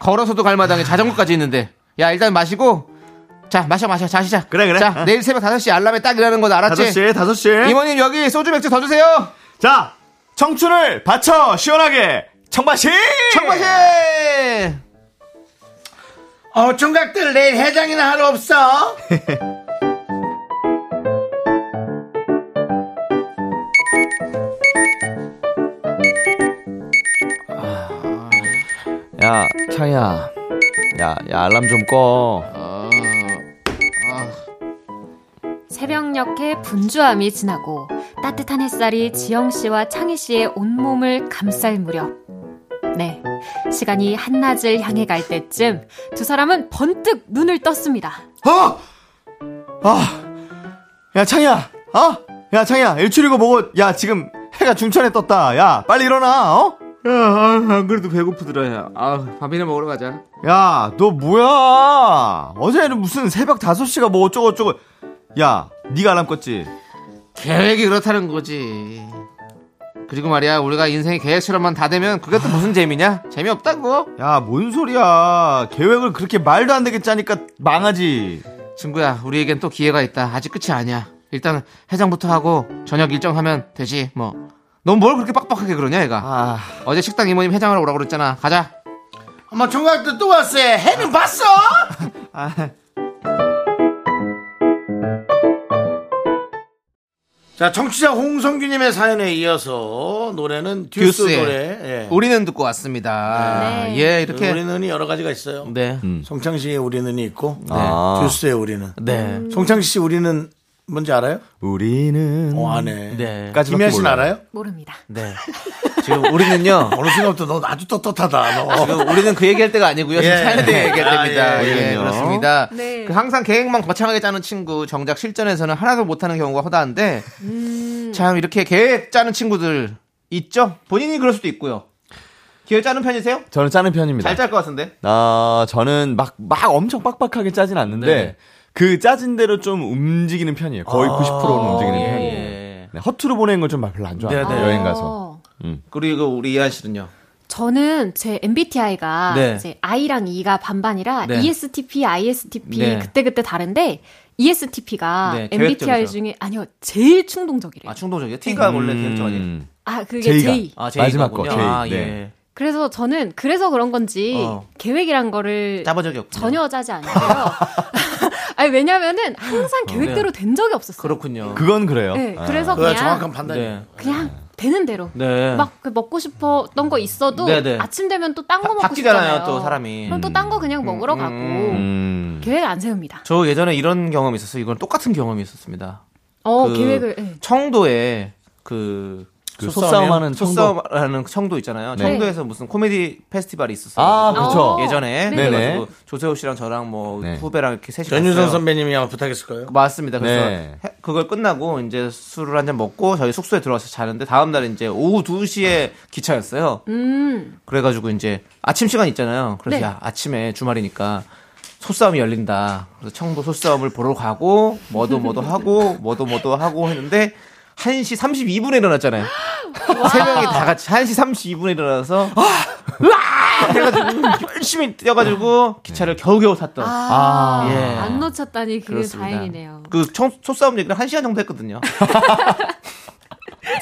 Speaker 2: 걸어서도 갈 마당에 자전거까지 있는데. 야 일단 마시고. 자 마셔 마셔 자시자.
Speaker 7: 그래, 그래.
Speaker 2: 자
Speaker 7: 어.
Speaker 2: 내일 새벽 5시 알람에 딱 일하는 거 알았지?
Speaker 7: 다섯 시, 다섯 시.
Speaker 2: 이모님 여기 소주 맥주 더 주세요.
Speaker 7: 자, 청춘을 바쳐 시원하게 청바시.
Speaker 2: 청바시.
Speaker 1: 어 총각들 내일 해장이나 하러 없어?
Speaker 7: 야, 창이야. 야, 야 알람 좀 꺼.
Speaker 8: 새벽녘의 분주함이 지나고 따뜻한 햇살이 지영 씨와 창희 씨의 온몸을 감쌀 무렵. 네. 시간이 한낮을 향해 갈 때쯤 두 사람은 번뜩 눈을 떴습니다.
Speaker 7: 어! 아! 야, 창이야! 어? 야, 창이야! 일출이고 뭐고, 야, 지금 해가 중천에 떴다. 야, 빨리 일어나, 어?
Speaker 2: 아, 안 그래도 배고프더라 야. 아 밥이나 먹으러 가자.
Speaker 7: 야, 너 뭐야! 어제는 무슨 새벽 5시가 뭐 어쩌고저쩌고. 야, 네가 알람 껐지?
Speaker 2: 계획이 그렇다는 거지. 그리고 말이야 우리가 인생이 계획처럼만 다 되면 그게 또 무슨 재미냐? 재미없다고.
Speaker 7: 야, 뭔 소리야. 계획을 그렇게 말도 안 되게 짜니까 망하지.
Speaker 2: 친구야, 우리에겐 또 기회가 있다. 아직 끝이 아니야. 일단 해장부터 하고 저녁 일정 하면 되지. 뭐. 넌 뭘 그렇게 빡빡하게 그러냐, 얘가.
Speaker 7: 아,
Speaker 2: 어제 식당 이모님 해장하러 오라고 그랬잖아. 가자.
Speaker 1: 엄마 총각들 또 왔어. 해는 봤어?
Speaker 7: 아.
Speaker 1: 자, 청취자 홍성규님의 사연에 이어서 노래는 듀스
Speaker 2: 듀스의
Speaker 1: 노래. 예.
Speaker 2: 우리는 듣고 왔습니다.
Speaker 8: 네.
Speaker 2: 예, 이렇게.
Speaker 1: 우리는이 여러 가지가 있어요.
Speaker 2: 네.
Speaker 1: 송창식의 우리는이 있고 네.
Speaker 7: 아.
Speaker 1: 듀스의 우리는.
Speaker 2: 네.
Speaker 1: 송창식 씨 우리는 뭔지 알아요?
Speaker 7: 우리는
Speaker 1: 어, 안에.
Speaker 2: 네.
Speaker 1: 김현 씨는 알아요?
Speaker 8: 모릅니다.
Speaker 2: 네. 지금 우리는요.
Speaker 1: 어느 순간부터 너 아주 떳떳하다. 너.
Speaker 2: 지금 우리는 그 얘기할 때가 아니고요. 지금
Speaker 1: 예.
Speaker 2: 사연에 대해 얘기할
Speaker 1: 아,
Speaker 2: 때입니다.
Speaker 1: 예,
Speaker 2: 예,
Speaker 1: 그럼요.
Speaker 2: 그렇습니다.
Speaker 8: 네.
Speaker 2: 그 항상 계획만 거창하게 짜는 친구, 정작 실전에서는 하나도 못하는 경우가 허다한데, 참 이렇게 계획 짜는 친구들 있죠? 본인이 그럴 수도 있고요. 계획 짜는 편이세요?
Speaker 7: 저는 짜는 편입니다.
Speaker 2: 잘 짤 것 같은데.
Speaker 7: 아, 저는 막, 막 엄청 빡빡하게 짜진 않는데,
Speaker 2: 네네. 아.
Speaker 7: 그 짜진 대로 좀 움직이는 편이에요. 거의 90%는 움직이는
Speaker 2: 예,
Speaker 7: 편이에요.
Speaker 2: 예.
Speaker 7: 네, 허투루 보내는 걸 좀 별로 안 좋아해요.
Speaker 2: 네네.
Speaker 7: 여행가서.
Speaker 8: 어.
Speaker 2: 그리고 우리 이한 씨는요.
Speaker 8: 저는 제 MBTI가
Speaker 2: 네.
Speaker 8: 이제 I랑 E가 반반이라
Speaker 2: 네.
Speaker 8: ESTP, ISTP
Speaker 2: 네.
Speaker 8: 그때 그때 다른데 E ESTP가
Speaker 2: 네,
Speaker 8: MBTI
Speaker 2: 계획적이죠.
Speaker 8: 중에 아니요 제일 충동적이래요.
Speaker 2: 아, 충동적이에요. T가 원래 계획 아니에요.
Speaker 7: 음.
Speaker 8: 아 그게
Speaker 7: J가.
Speaker 8: J.
Speaker 2: 아,
Speaker 7: 마지막 거,
Speaker 2: J군요. 아,
Speaker 7: J.
Speaker 2: 예.
Speaker 7: 네.
Speaker 8: 그래서 저는 그래서 그런 건지
Speaker 2: 어.
Speaker 8: 계획이란 거를
Speaker 2: 짜본 적이 없군요.
Speaker 8: 전혀 짜지 않고요. 아니 왜냐면은 항상 계획대로 된 적이 없었어요.
Speaker 2: 어, 네. 그렇군요.
Speaker 7: 그건 그래요.
Speaker 8: 네,
Speaker 7: 아.
Speaker 8: 그래서
Speaker 1: 그거야
Speaker 8: 그냥
Speaker 1: 정확한 판단이. 네.
Speaker 2: 네.
Speaker 8: 그냥 되는 대로
Speaker 2: 네.
Speaker 8: 막그 먹고 싶었던 거 있어도
Speaker 2: 네, 네.
Speaker 8: 아침 되면 또 딴 거
Speaker 2: 바-
Speaker 8: 먹고
Speaker 2: 바뀌잖아요,
Speaker 8: 싶잖아요.
Speaker 2: 또 사람이.
Speaker 8: 그럼 또 딴 거 그냥 먹으러 가고
Speaker 7: 음.
Speaker 8: 계획 안 세웁니다.
Speaker 2: 저 예전에 이런 경험이 있었어요. 이건 똑같은 경험이 있었습니다.
Speaker 8: 어
Speaker 2: 그
Speaker 8: 계획을 예.
Speaker 2: 청도에 그
Speaker 7: 그 속싸움하는 청도.
Speaker 2: 하는 청도 있잖아요.
Speaker 7: 네.
Speaker 2: 청도에서 무슨 코미디 페스티벌이 있었어요.
Speaker 7: 아, 그렇죠.
Speaker 8: 어.
Speaker 2: 예전에
Speaker 8: 네.
Speaker 2: 그래가지고 조세호 씨랑 저랑 뭐
Speaker 7: 네.
Speaker 2: 후배랑 이렇게 셋이
Speaker 1: 전윤선
Speaker 2: 갔어요.
Speaker 1: 선배님이 아마 부탁했을 거예요.
Speaker 2: 맞습니다. 그래서
Speaker 7: 네.
Speaker 2: 해- 그걸 끝나고 이제 술을 한 잔 먹고 저희 숙소에 들어와서 자는데 다음 날 이제 오후 2시에 기차였어요.
Speaker 8: 음.
Speaker 2: 그래가지고 이제 아침 시간 있잖아요. 그래서
Speaker 8: 네.
Speaker 2: 야, 아침에 주말이니까 소싸움이 열린다. 그래서 청도 소싸움을 보러 가고 뭐도 뭐도 하고 뭐도 뭐도 하고 했는데 1시 32분에 일어났잖아요. 세 명이 다 같이 1시 32분에 일어나서 으아! 해가지고 열심히 뛰어가지고 기차를 겨우겨우 탔던
Speaker 8: 아,
Speaker 2: 예.
Speaker 8: 안 놓쳤다니 그게
Speaker 2: 그렇습니다.
Speaker 8: 다행이네요.
Speaker 2: 그 청, 소싸움 얘기를 한 시간 정도 했거든요.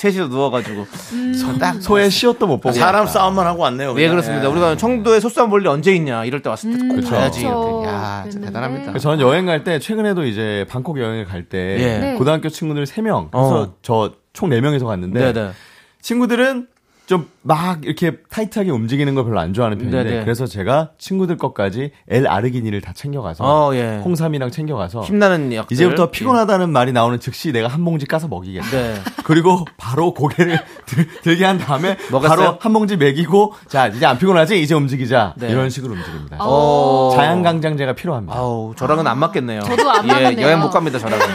Speaker 2: 셋이서 누워가지고
Speaker 8: 음.
Speaker 2: 딱
Speaker 7: 소의 시옷도 못 보고.
Speaker 1: 사람 싸움만 하고 왔네요.
Speaker 2: 예,
Speaker 1: 그냥.
Speaker 2: 그렇습니다. 우리가 청도에 소싸움 볼일 언제 있냐 이럴 때 왔을 때 꼭
Speaker 8: 음,
Speaker 2: 가야지.
Speaker 8: 그렇죠.
Speaker 2: 이렇게. 야, 진짜
Speaker 8: 그랬는데.
Speaker 2: 대단합니다.
Speaker 7: 저는 여행 갈 때 최근에도 이제 방콕 여행을 갈 때
Speaker 2: 예.
Speaker 8: 네.
Speaker 7: 고등학교 친구들 3명 그래서
Speaker 2: 어.
Speaker 7: 저 총 4명이서
Speaker 2: 네,
Speaker 7: 갔는데 친구들은 좀 막 이렇게 타이트하게 움직이는 걸 별로 안 좋아하는 편인데
Speaker 2: 네네.
Speaker 7: 그래서 제가 친구들 것까지 엘 아르기니를 다 챙겨가서
Speaker 2: 어, 예.
Speaker 7: 홍삼이랑 챙겨가서
Speaker 2: 힘나는 역.
Speaker 7: 네. 이제부터 피곤하다는 말이 나오는 즉시 내가 한 봉지 까서 먹이겠다.
Speaker 2: 네.
Speaker 7: 그리고 바로 고개를 들, 게한 다음에
Speaker 2: 먹었어요?
Speaker 7: 바로 한 봉지 먹이고 자 이제 안 피곤하지 이제 움직이자
Speaker 2: 네.
Speaker 7: 이런 식으로 움직입니다.
Speaker 8: 어.
Speaker 7: 자양강장제가 필요합니다.
Speaker 2: 아우, 저랑은 안 맞겠네요.
Speaker 8: 저도 안
Speaker 2: 예,
Speaker 8: 맞았네요.
Speaker 2: 여행 못 갑니다, 저랑은.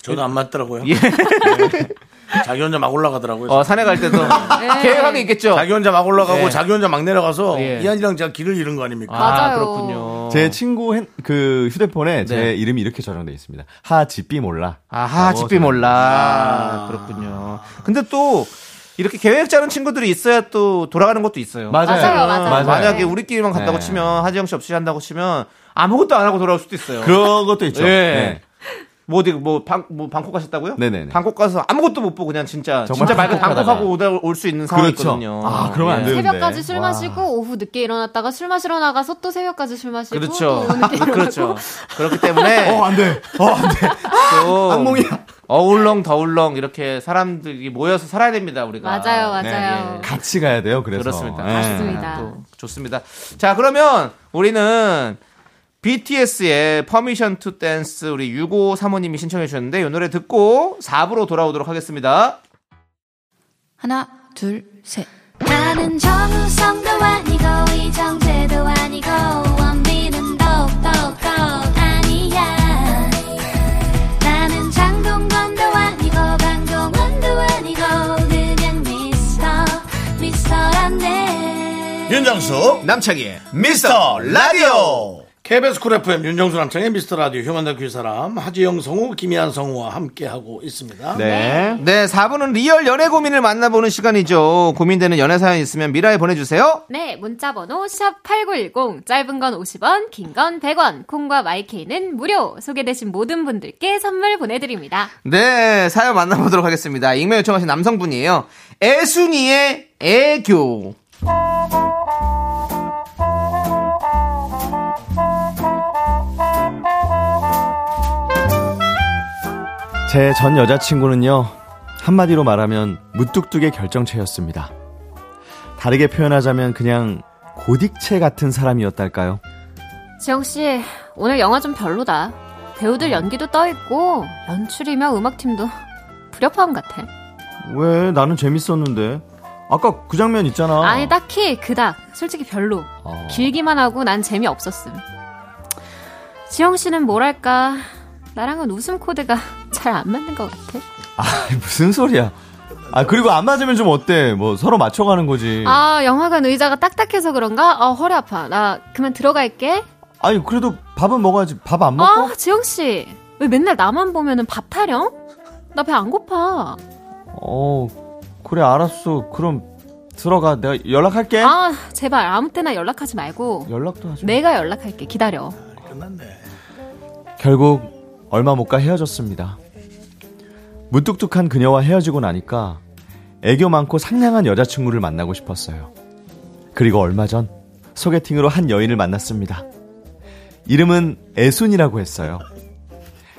Speaker 1: 저도 안 맞더라고요.
Speaker 2: 예.
Speaker 1: 자기 혼자 막 올라가더라고요.
Speaker 2: 어, 산에 갈 때도
Speaker 8: 네.
Speaker 2: 계획하게
Speaker 8: 그렇죠.
Speaker 2: 있겠죠.
Speaker 1: 자기 혼자 막 올라가고
Speaker 2: 예.
Speaker 1: 자기 혼자 막 내려가서
Speaker 2: 예.
Speaker 1: 이한이랑 제가 길을 잃은 거 아닙니까?
Speaker 8: 맞아요.
Speaker 2: 그렇군요.
Speaker 7: 제 친구 핸- 그 휴대폰에
Speaker 2: 네.
Speaker 7: 제 이름이 이렇게 저장돼 있습니다. 하지삐 몰라.
Speaker 2: 아하, 집비 몰라. 그렇군요. 근데 또 이렇게 계획 짜는 친구들이 있어야 또 돌아가는 것도 있어요.
Speaker 8: 맞아요, 맞아요. 맞아요.
Speaker 2: 만약에 우리끼리만
Speaker 7: 네.
Speaker 2: 갔다고 치면 하지영 씨 없이 한다고 치면 아무것도 안 하고 돌아올 수도 있어요.
Speaker 8: 그렇죠.
Speaker 7: 그런 것도 있죠.
Speaker 2: 예.
Speaker 7: 네.
Speaker 2: 뭐 어디 뭐방뭐 방콕 가셨다고요?
Speaker 7: 네네네.
Speaker 2: 방콕 가서 아무것도 못 보고 그냥 진짜
Speaker 7: 정말
Speaker 2: 진짜 맑은
Speaker 7: 방콕
Speaker 2: 방콕하고 오다 올 수 있는 상황이거든요. 예.
Speaker 7: 아, 그러면
Speaker 2: 네.
Speaker 7: 안 돼요.
Speaker 8: 새벽까지 술 마시고 오후 늦게 일어났다가 술 마시러 나가서 또 새벽까지 술 마시고
Speaker 2: 그렇죠.
Speaker 8: 또 오후 늦게 일어나고
Speaker 2: 그렇죠. 그렇기 때문에
Speaker 7: 어, 안 돼. 어, 안 돼.
Speaker 2: 또
Speaker 7: 악몽이야.
Speaker 2: 어울렁 더울렁 이렇게 사람들이 모여서 살아야 됩니다 우리가.
Speaker 8: 맞아요,
Speaker 2: 네.
Speaker 8: 맞아요.
Speaker 7: 같이 가야 돼요. 그래서.
Speaker 1: 네.
Speaker 2: 그렇습니다.
Speaker 7: 예.
Speaker 8: 맞습니다.
Speaker 2: 또 좋습니다. 자, 그러면 우리는 BTS의 Permission to Dance 우리 6호 사모님이 신청해 주셨는데 이 노래 듣고 4부로 돌아오도록 하겠습니다.
Speaker 9: 하나, 둘, 셋.
Speaker 5: 나는 정우성도 아니고 이정재도 아니고 원빈은 더욱더 아니야 나는 장동건도 아니고 강동원도 아니고 그냥 미스터 미스터란데
Speaker 1: 윤정수
Speaker 2: 남창희의
Speaker 1: 미스터 라디오 KBS 쿨 FM 윤정수 남창의 미스터 라디오 휴먼 다큐 사람 하지영 성우 김희한 성우와 함께하고 있습니다
Speaker 7: 네.
Speaker 2: 네, 4부는 리얼 연애 고민을 만나보는 시간이죠. 고민되는 연애 사연 있으면 미라에 보내주세요.
Speaker 8: 네, 문자 번호 샵8910 짧은 건 50원, 긴 건 100원. 콩과 마이케이는 무료. 소개되신 모든 분들께 선물 보내 드립니다.
Speaker 2: 네, 사연 만나보도록 하겠습니다. 익명 요청하신 남성분이에요. 애순이의 애교.
Speaker 7: 제 전 여자친구는요, 한마디로 말하면 무뚝뚝의 결정체였습니다. 다르게 표현하자면 그냥 고딕체 같은 사람이었달까요?
Speaker 8: 지영씨, 오늘 영화 좀 별로다. 배우들 연기도 떠있고, 연출이며 음악팀도 불협화음 같아.
Speaker 7: 왜? 나는 재밌었는데. 아까 그 장면 있잖아.
Speaker 8: 아니, 딱히 그닥. 솔직히 별로.
Speaker 7: 어.
Speaker 8: 길기만 하고 난 재미없었음. 지영씨는 뭐랄까, 나랑은 웃음 코드가 잘 안 맞는 것 같아.
Speaker 7: 아이, 무슨 소리야. 아, 그리고 안 맞으면 좀 어때? 뭐, 서로 맞춰가는 거지.
Speaker 8: 아, 영화관 의자가 딱딱해서 그런가? 아, 허리 아파. 나 그만 들어갈게.
Speaker 7: 아니, 그래도 밥은 먹어야지. 밥 안 먹고?
Speaker 8: 아, 지영씨. 왜 맨날 나만 보면은 밥 타령? 나 배 안 고파.
Speaker 7: 어, 그래, 알았어. 그럼 들어가. 내가 연락할게.
Speaker 8: 아, 제발 아무 때나 연락하지 말고.
Speaker 7: 연락도 하지. 마.
Speaker 8: 내가 연락할게. 기다려.
Speaker 7: 결국 얼마 못 가 헤어졌습니다. 무뚝뚝한 그녀와 헤어지고 나니까 애교 많고 상냥한 여자친구를 만나고 싶었어요. 그리고 얼마 전 소개팅으로 한 여인을 만났습니다. 이름은 애순이라고 했어요.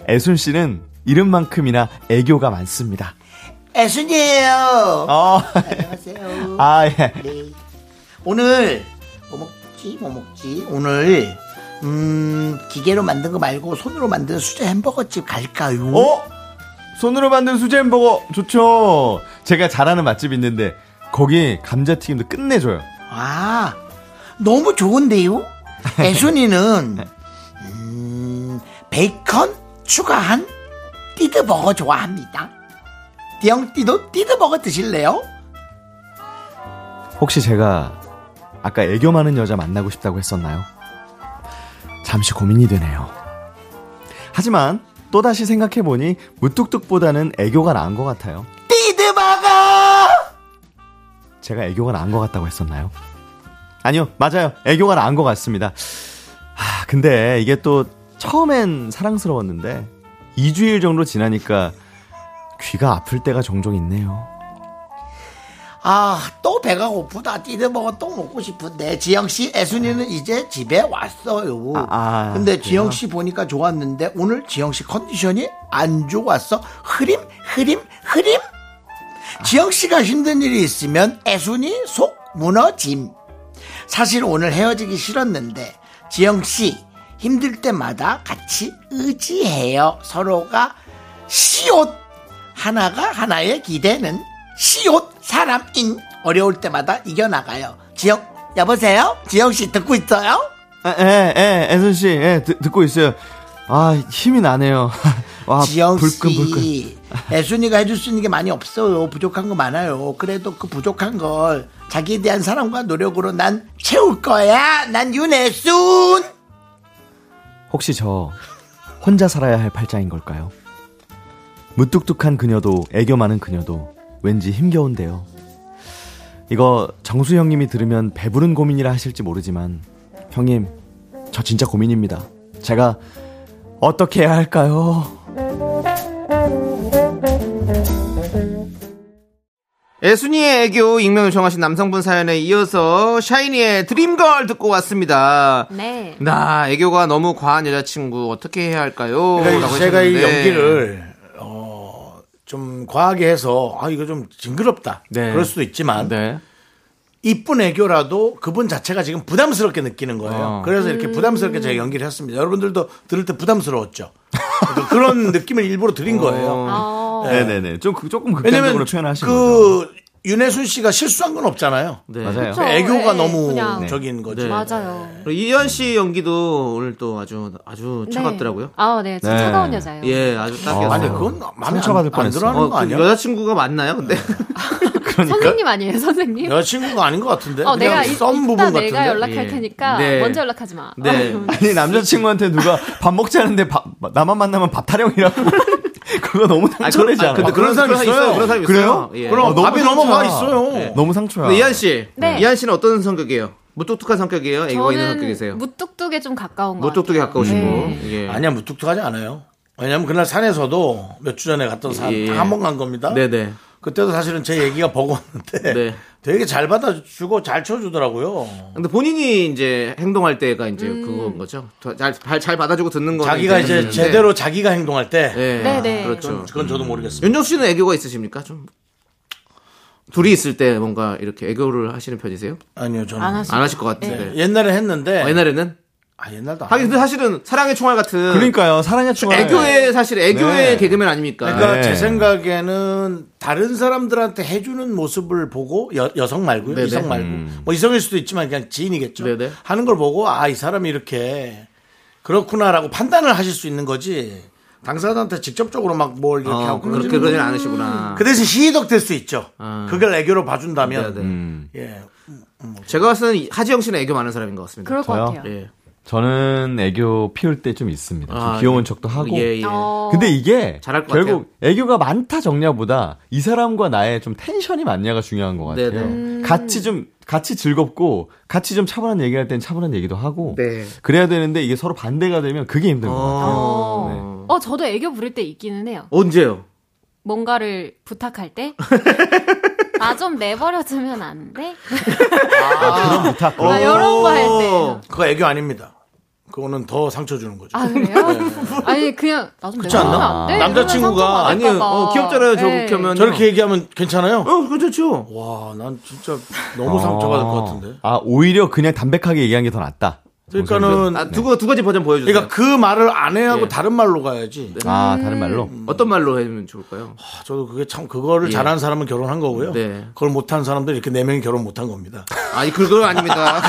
Speaker 7: 애순 씨는 이름만큼이나 애교가 많습니다.
Speaker 10: 애순이에요.
Speaker 7: 어,
Speaker 10: 안녕하세요.
Speaker 7: 아, 예.
Speaker 10: 네.
Speaker 1: 오늘
Speaker 10: 뭐 먹지? 뭐 먹지? 오늘 음 기계로 만든 거 말고 손으로 만든 수제 햄버거집 갈까요?
Speaker 7: 어? 손으로 만든 수제 햄버거 좋죠. 제가 잘하는 맛집 있는데 거기 감자튀김도 끝내줘요.
Speaker 10: 아 너무 좋은데요? 애순이는 음, 베이컨 추가한 띠드버거 좋아합니다. 띠용띠도 띠드버거 드실래요?
Speaker 7: 혹시 제가 아까 애교 많은 여자 만나고 싶다고 했었나요? 잠시 고민이 되네요. 하지만 또다시 생각해보니 무뚝뚝보다는 애교가 나은 것 같아요.
Speaker 10: 띠드버거!
Speaker 7: 제가 애교가 나은 것 같다고 했었나요? 아니요, 맞아요. 애교가 나은 것 같습니다. 하, 근데 이게 또 처음엔 사랑스러웠는데 2주일 정도 지나니까 귀가 아플 때가 종종 있네요.
Speaker 10: 아, 또 배가 고프다. 띠드버거 또 먹고 싶은데. 지영씨, 애순이는 이제 집에 왔어요.
Speaker 7: 아, 아,
Speaker 10: 근데
Speaker 7: 그래요?
Speaker 10: 지영씨 보니까 좋았는데, 오늘 지영씨 컨디션이 안 좋았어. 흐림, 흐림, 흐림? 지영씨가 힘든 일이 있으면 애순이 속 무너짐. 사실 오늘 헤어지기 싫었는데, 지영씨, 힘들 때마다 같이 의지해요. 서로가 시옷! 하나가 하나의 기대는 시옷 사람인 어려울 때마다 이겨나가요. 지영 여보세요? 지영 씨 듣고 있어요?
Speaker 7: 예, 예, 애순 씨, 예, 듣- 듣고 있어요. 아, 힘이 나네요. 와,
Speaker 10: 지영 씨,
Speaker 7: 아, 불끈불끈.
Speaker 10: 애순이가 해줄 수 있는 게 많이 없어요. 부족한 거 많아요. 그래도 그 부족한 걸 자기에 대한 사랑과 노력으로 난 채울 거야. 난 윤애순.
Speaker 7: 혹시 저 혼자 살아야 할 팔자인 걸까요? 무뚝뚝한 그녀도 애교 많은 그녀도 왠지 힘겨운데요. 이거 정수 형님이 들으면 배부른 고민이라 하실지 모르지만 형님 저 진짜 고민입니다. 제가 어떻게 해야 할까요?
Speaker 2: 애순이의 애교 익명 요청하신 남성분 사연에 이어서 샤이니의 드림걸 듣고 왔습니다.
Speaker 8: 네.
Speaker 2: 나 애교가 너무 과한 여자친구 어떻게 해야 할까요?
Speaker 1: 그러니까
Speaker 2: 라고
Speaker 1: 제가 이
Speaker 2: 하셨는데.
Speaker 1: 연기를 어, 좀 과하게 해서 아 이거 좀 징그럽다.
Speaker 7: 네.
Speaker 1: 그럴 수도 있지만
Speaker 7: 네.
Speaker 1: 이쁜 애교라도 그분 자체가 지금 부담스럽게 느끼는 거예요.
Speaker 7: 어.
Speaker 1: 그래서 이렇게 부담스럽게 제가 연기를 했습니다. 여러분들도 들을 때 부담스러웠죠. 그러니까 그런 느낌을 일부러 드린 거예요.
Speaker 8: 어,
Speaker 7: 네네네. 좀 그- 조금
Speaker 1: 왜냐면
Speaker 7: 극단적으로 표현하신 거죠.
Speaker 1: 그 윤혜순 씨가 실수한 건 없잖아요.
Speaker 7: 맞아요.
Speaker 8: 그쵸.
Speaker 1: 애교가
Speaker 8: 네,
Speaker 1: 너무
Speaker 8: 그냥.
Speaker 1: 적인 거죠.
Speaker 7: 네.
Speaker 8: 맞아요.
Speaker 2: 그리고 이현 씨 연기도 오늘 또 아주 아주 차갑더라고요.
Speaker 8: 네. 아, 네. 진짜
Speaker 7: 네.
Speaker 8: 차가운 여자예요.
Speaker 2: 예, 아주 딱이었어요.
Speaker 1: 아니 그건 마음에
Speaker 7: 상처받을
Speaker 1: 안, 안
Speaker 7: 뻔했어.
Speaker 1: 들어가는 거
Speaker 2: 어, 그
Speaker 1: 아니야? 네.
Speaker 2: 여자친구가 맞나요? 근데
Speaker 8: 선생님 아니에요, 선생님?
Speaker 1: 여자친구가 아닌 것 같은데.
Speaker 8: 어,
Speaker 1: 그냥
Speaker 8: 내가 이-
Speaker 1: 썸 부분
Speaker 8: 이따
Speaker 1: 같은데.
Speaker 8: 내가 연락할
Speaker 2: 예.
Speaker 8: 테니까
Speaker 2: 네.
Speaker 8: 먼저 연락하지 마.
Speaker 2: 네.
Speaker 7: 아니 남자친구한테 누가 밥 먹자는데 밥 나만 만나면 밥 타령이라고 그거 너무 상처내잖아.
Speaker 2: 근데 그런 사람 있어요. 그런 사람 있어요.
Speaker 7: 그래요?
Speaker 2: 예.
Speaker 1: 그럼
Speaker 7: 너무
Speaker 1: 밥이 넘어가
Speaker 7: 상처야. 네.
Speaker 1: 있어요. 아-
Speaker 7: 너무 상처야.
Speaker 2: 근데 이한 씨,
Speaker 8: 네.
Speaker 2: 이한 씨는 어떤 성격이에요? 무뚝뚝한 성격이에요? 애교가 있는 성격이세요?
Speaker 8: 저는 무뚝뚝에 좀 가까운 것
Speaker 2: 무뚝뚝에
Speaker 8: 같아요.
Speaker 2: 가까우시고.
Speaker 8: 네.
Speaker 2: 예.
Speaker 1: 아니야 무뚝뚝하지 않아요. 왜냐면 그날 산에서도 몇 주 전에 갔던 산
Speaker 2: 예.
Speaker 1: 다 한번 간 겁니다.
Speaker 2: 네네.
Speaker 10: 그때도 사실은 제 얘기가 버거웠는데
Speaker 1: 네.
Speaker 10: 되게 잘 받아주고 잘 쳐주더라고요.
Speaker 1: 근데 본인이 이제 행동할 때가 이제 그건 거죠. 잘, 잘, 잘 받아주고 듣는 거.
Speaker 10: 자기가 이제 제대로 자기가 행동할 때
Speaker 1: 네.
Speaker 8: 네, 네.
Speaker 1: 그렇죠.
Speaker 10: 그건 저도 모르겠습니다.
Speaker 1: 윤정 씨는 애교가 있으십니까? 좀 둘이 있을 때 뭔가 이렇게 애교를 하시는 편이세요?
Speaker 10: 아니요 저는
Speaker 2: 안 하시고.
Speaker 1: 안 하실 것 같은데.
Speaker 10: 옛날에 했는데
Speaker 1: 어, 옛날에는
Speaker 10: 아 옛날도
Speaker 1: 하긴
Speaker 10: 안
Speaker 1: 근데 사실은 사랑의 총알 같은
Speaker 7: 그러니까요. 사랑의 충원.
Speaker 1: 애교의 사실 애교의
Speaker 7: 네.
Speaker 1: 개그맨 아닙니까?
Speaker 10: 그러니까
Speaker 7: 네.
Speaker 10: 제 생각에는 다른 사람들한테 해주는 모습을 보고 여, 성 말고요
Speaker 1: 네네. 음.
Speaker 10: 이성 말고 뭐 이성일 수도 있지만 그냥 지인이겠죠
Speaker 1: 네네.
Speaker 10: 하는 걸 보고 아 이 사람이 이렇게 그렇구나라고 판단을 하실 수 있는 거지 당사자한테 직접적으로 막 뭘 이렇게
Speaker 1: 어,
Speaker 10: 하고
Speaker 1: 그렇게
Speaker 10: 그러지는
Speaker 1: 그러진 않으시구나.
Speaker 10: 그 대신 시의덕 될 수 있죠
Speaker 1: 아.
Speaker 10: 그걸 애교로 봐준다면
Speaker 1: 네, 네.
Speaker 10: 예
Speaker 1: 그, 제가 봤을 때는 하지영 씨는 애교 많은 사람인 것 같습니다.
Speaker 8: 그럴 것
Speaker 7: 저요?
Speaker 8: 같아요.
Speaker 1: 예.
Speaker 7: 저는 애교 피울 때 좀 있습니다. 좀 귀여운 척도 하고.
Speaker 1: 예, 예.
Speaker 8: 어,
Speaker 7: 근데 이게
Speaker 1: 잘할 것
Speaker 7: 결국 애교가 많다 적냐보다 이 사람과 나의 좀 텐션이 맞냐가 중요한 것 같아요.
Speaker 1: 네네.
Speaker 7: 같이 좀 같이 즐겁고 같이 좀 차분한 얘기할 땐 차분한 얘기도 하고
Speaker 1: 네.
Speaker 7: 그래야 되는데 이게 서로 반대가 되면 그게 힘든 것 같아요. 네.
Speaker 1: 어.
Speaker 8: 어, 저도 애교 부릴 때 있기는 해요.
Speaker 1: 언제요?
Speaker 8: 뭔가를 부탁할 때. 아, 좀 내버려두면 안 돼?
Speaker 7: 그런 부탁.
Speaker 8: 아, 이런 거 할
Speaker 10: 어.
Speaker 1: 어.
Speaker 8: 때.
Speaker 10: 그거 애교 아닙니다 그거는 더 상처 주는 거죠
Speaker 8: 아, 그래요? 아니, 그냥, 나 좀
Speaker 10: 그렇지
Speaker 8: 내버려두면
Speaker 10: 않나?
Speaker 8: 안 돼?
Speaker 10: 남자친구가
Speaker 8: 이러면
Speaker 1: 아니요.
Speaker 8: 상처받을까 봐.
Speaker 1: 어, 귀엽잖아요. 저
Speaker 8: 네.
Speaker 1: 그렇게 하면.
Speaker 10: 저렇게 얘기하면 괜찮아요?
Speaker 1: 어, 괜찮죠.
Speaker 10: 와 난 진짜
Speaker 1: 아.
Speaker 10: 너무 상처받을 것 같은데
Speaker 7: 아 오히려 그냥 담백하게 얘기한 게 더 낫다.
Speaker 10: 그러니까는
Speaker 1: 아, 두, 거- 두 가지 버전 보여주세요.
Speaker 10: 그러니까 그 말을 안 해하고
Speaker 1: 예.
Speaker 10: 다른 말로 가야지.
Speaker 7: 아 다른 말로.
Speaker 1: 어떤 말로 하면 좋을까요?
Speaker 10: 아, 저도 그게 참 그거를
Speaker 1: 예.
Speaker 10: 잘하는 사람은 결혼한 거고요.
Speaker 1: 네.
Speaker 10: 그걸 못한 사람들 이렇게 네 명이 결혼 못한 겁니다.
Speaker 1: 아니, 그건 아닙니다.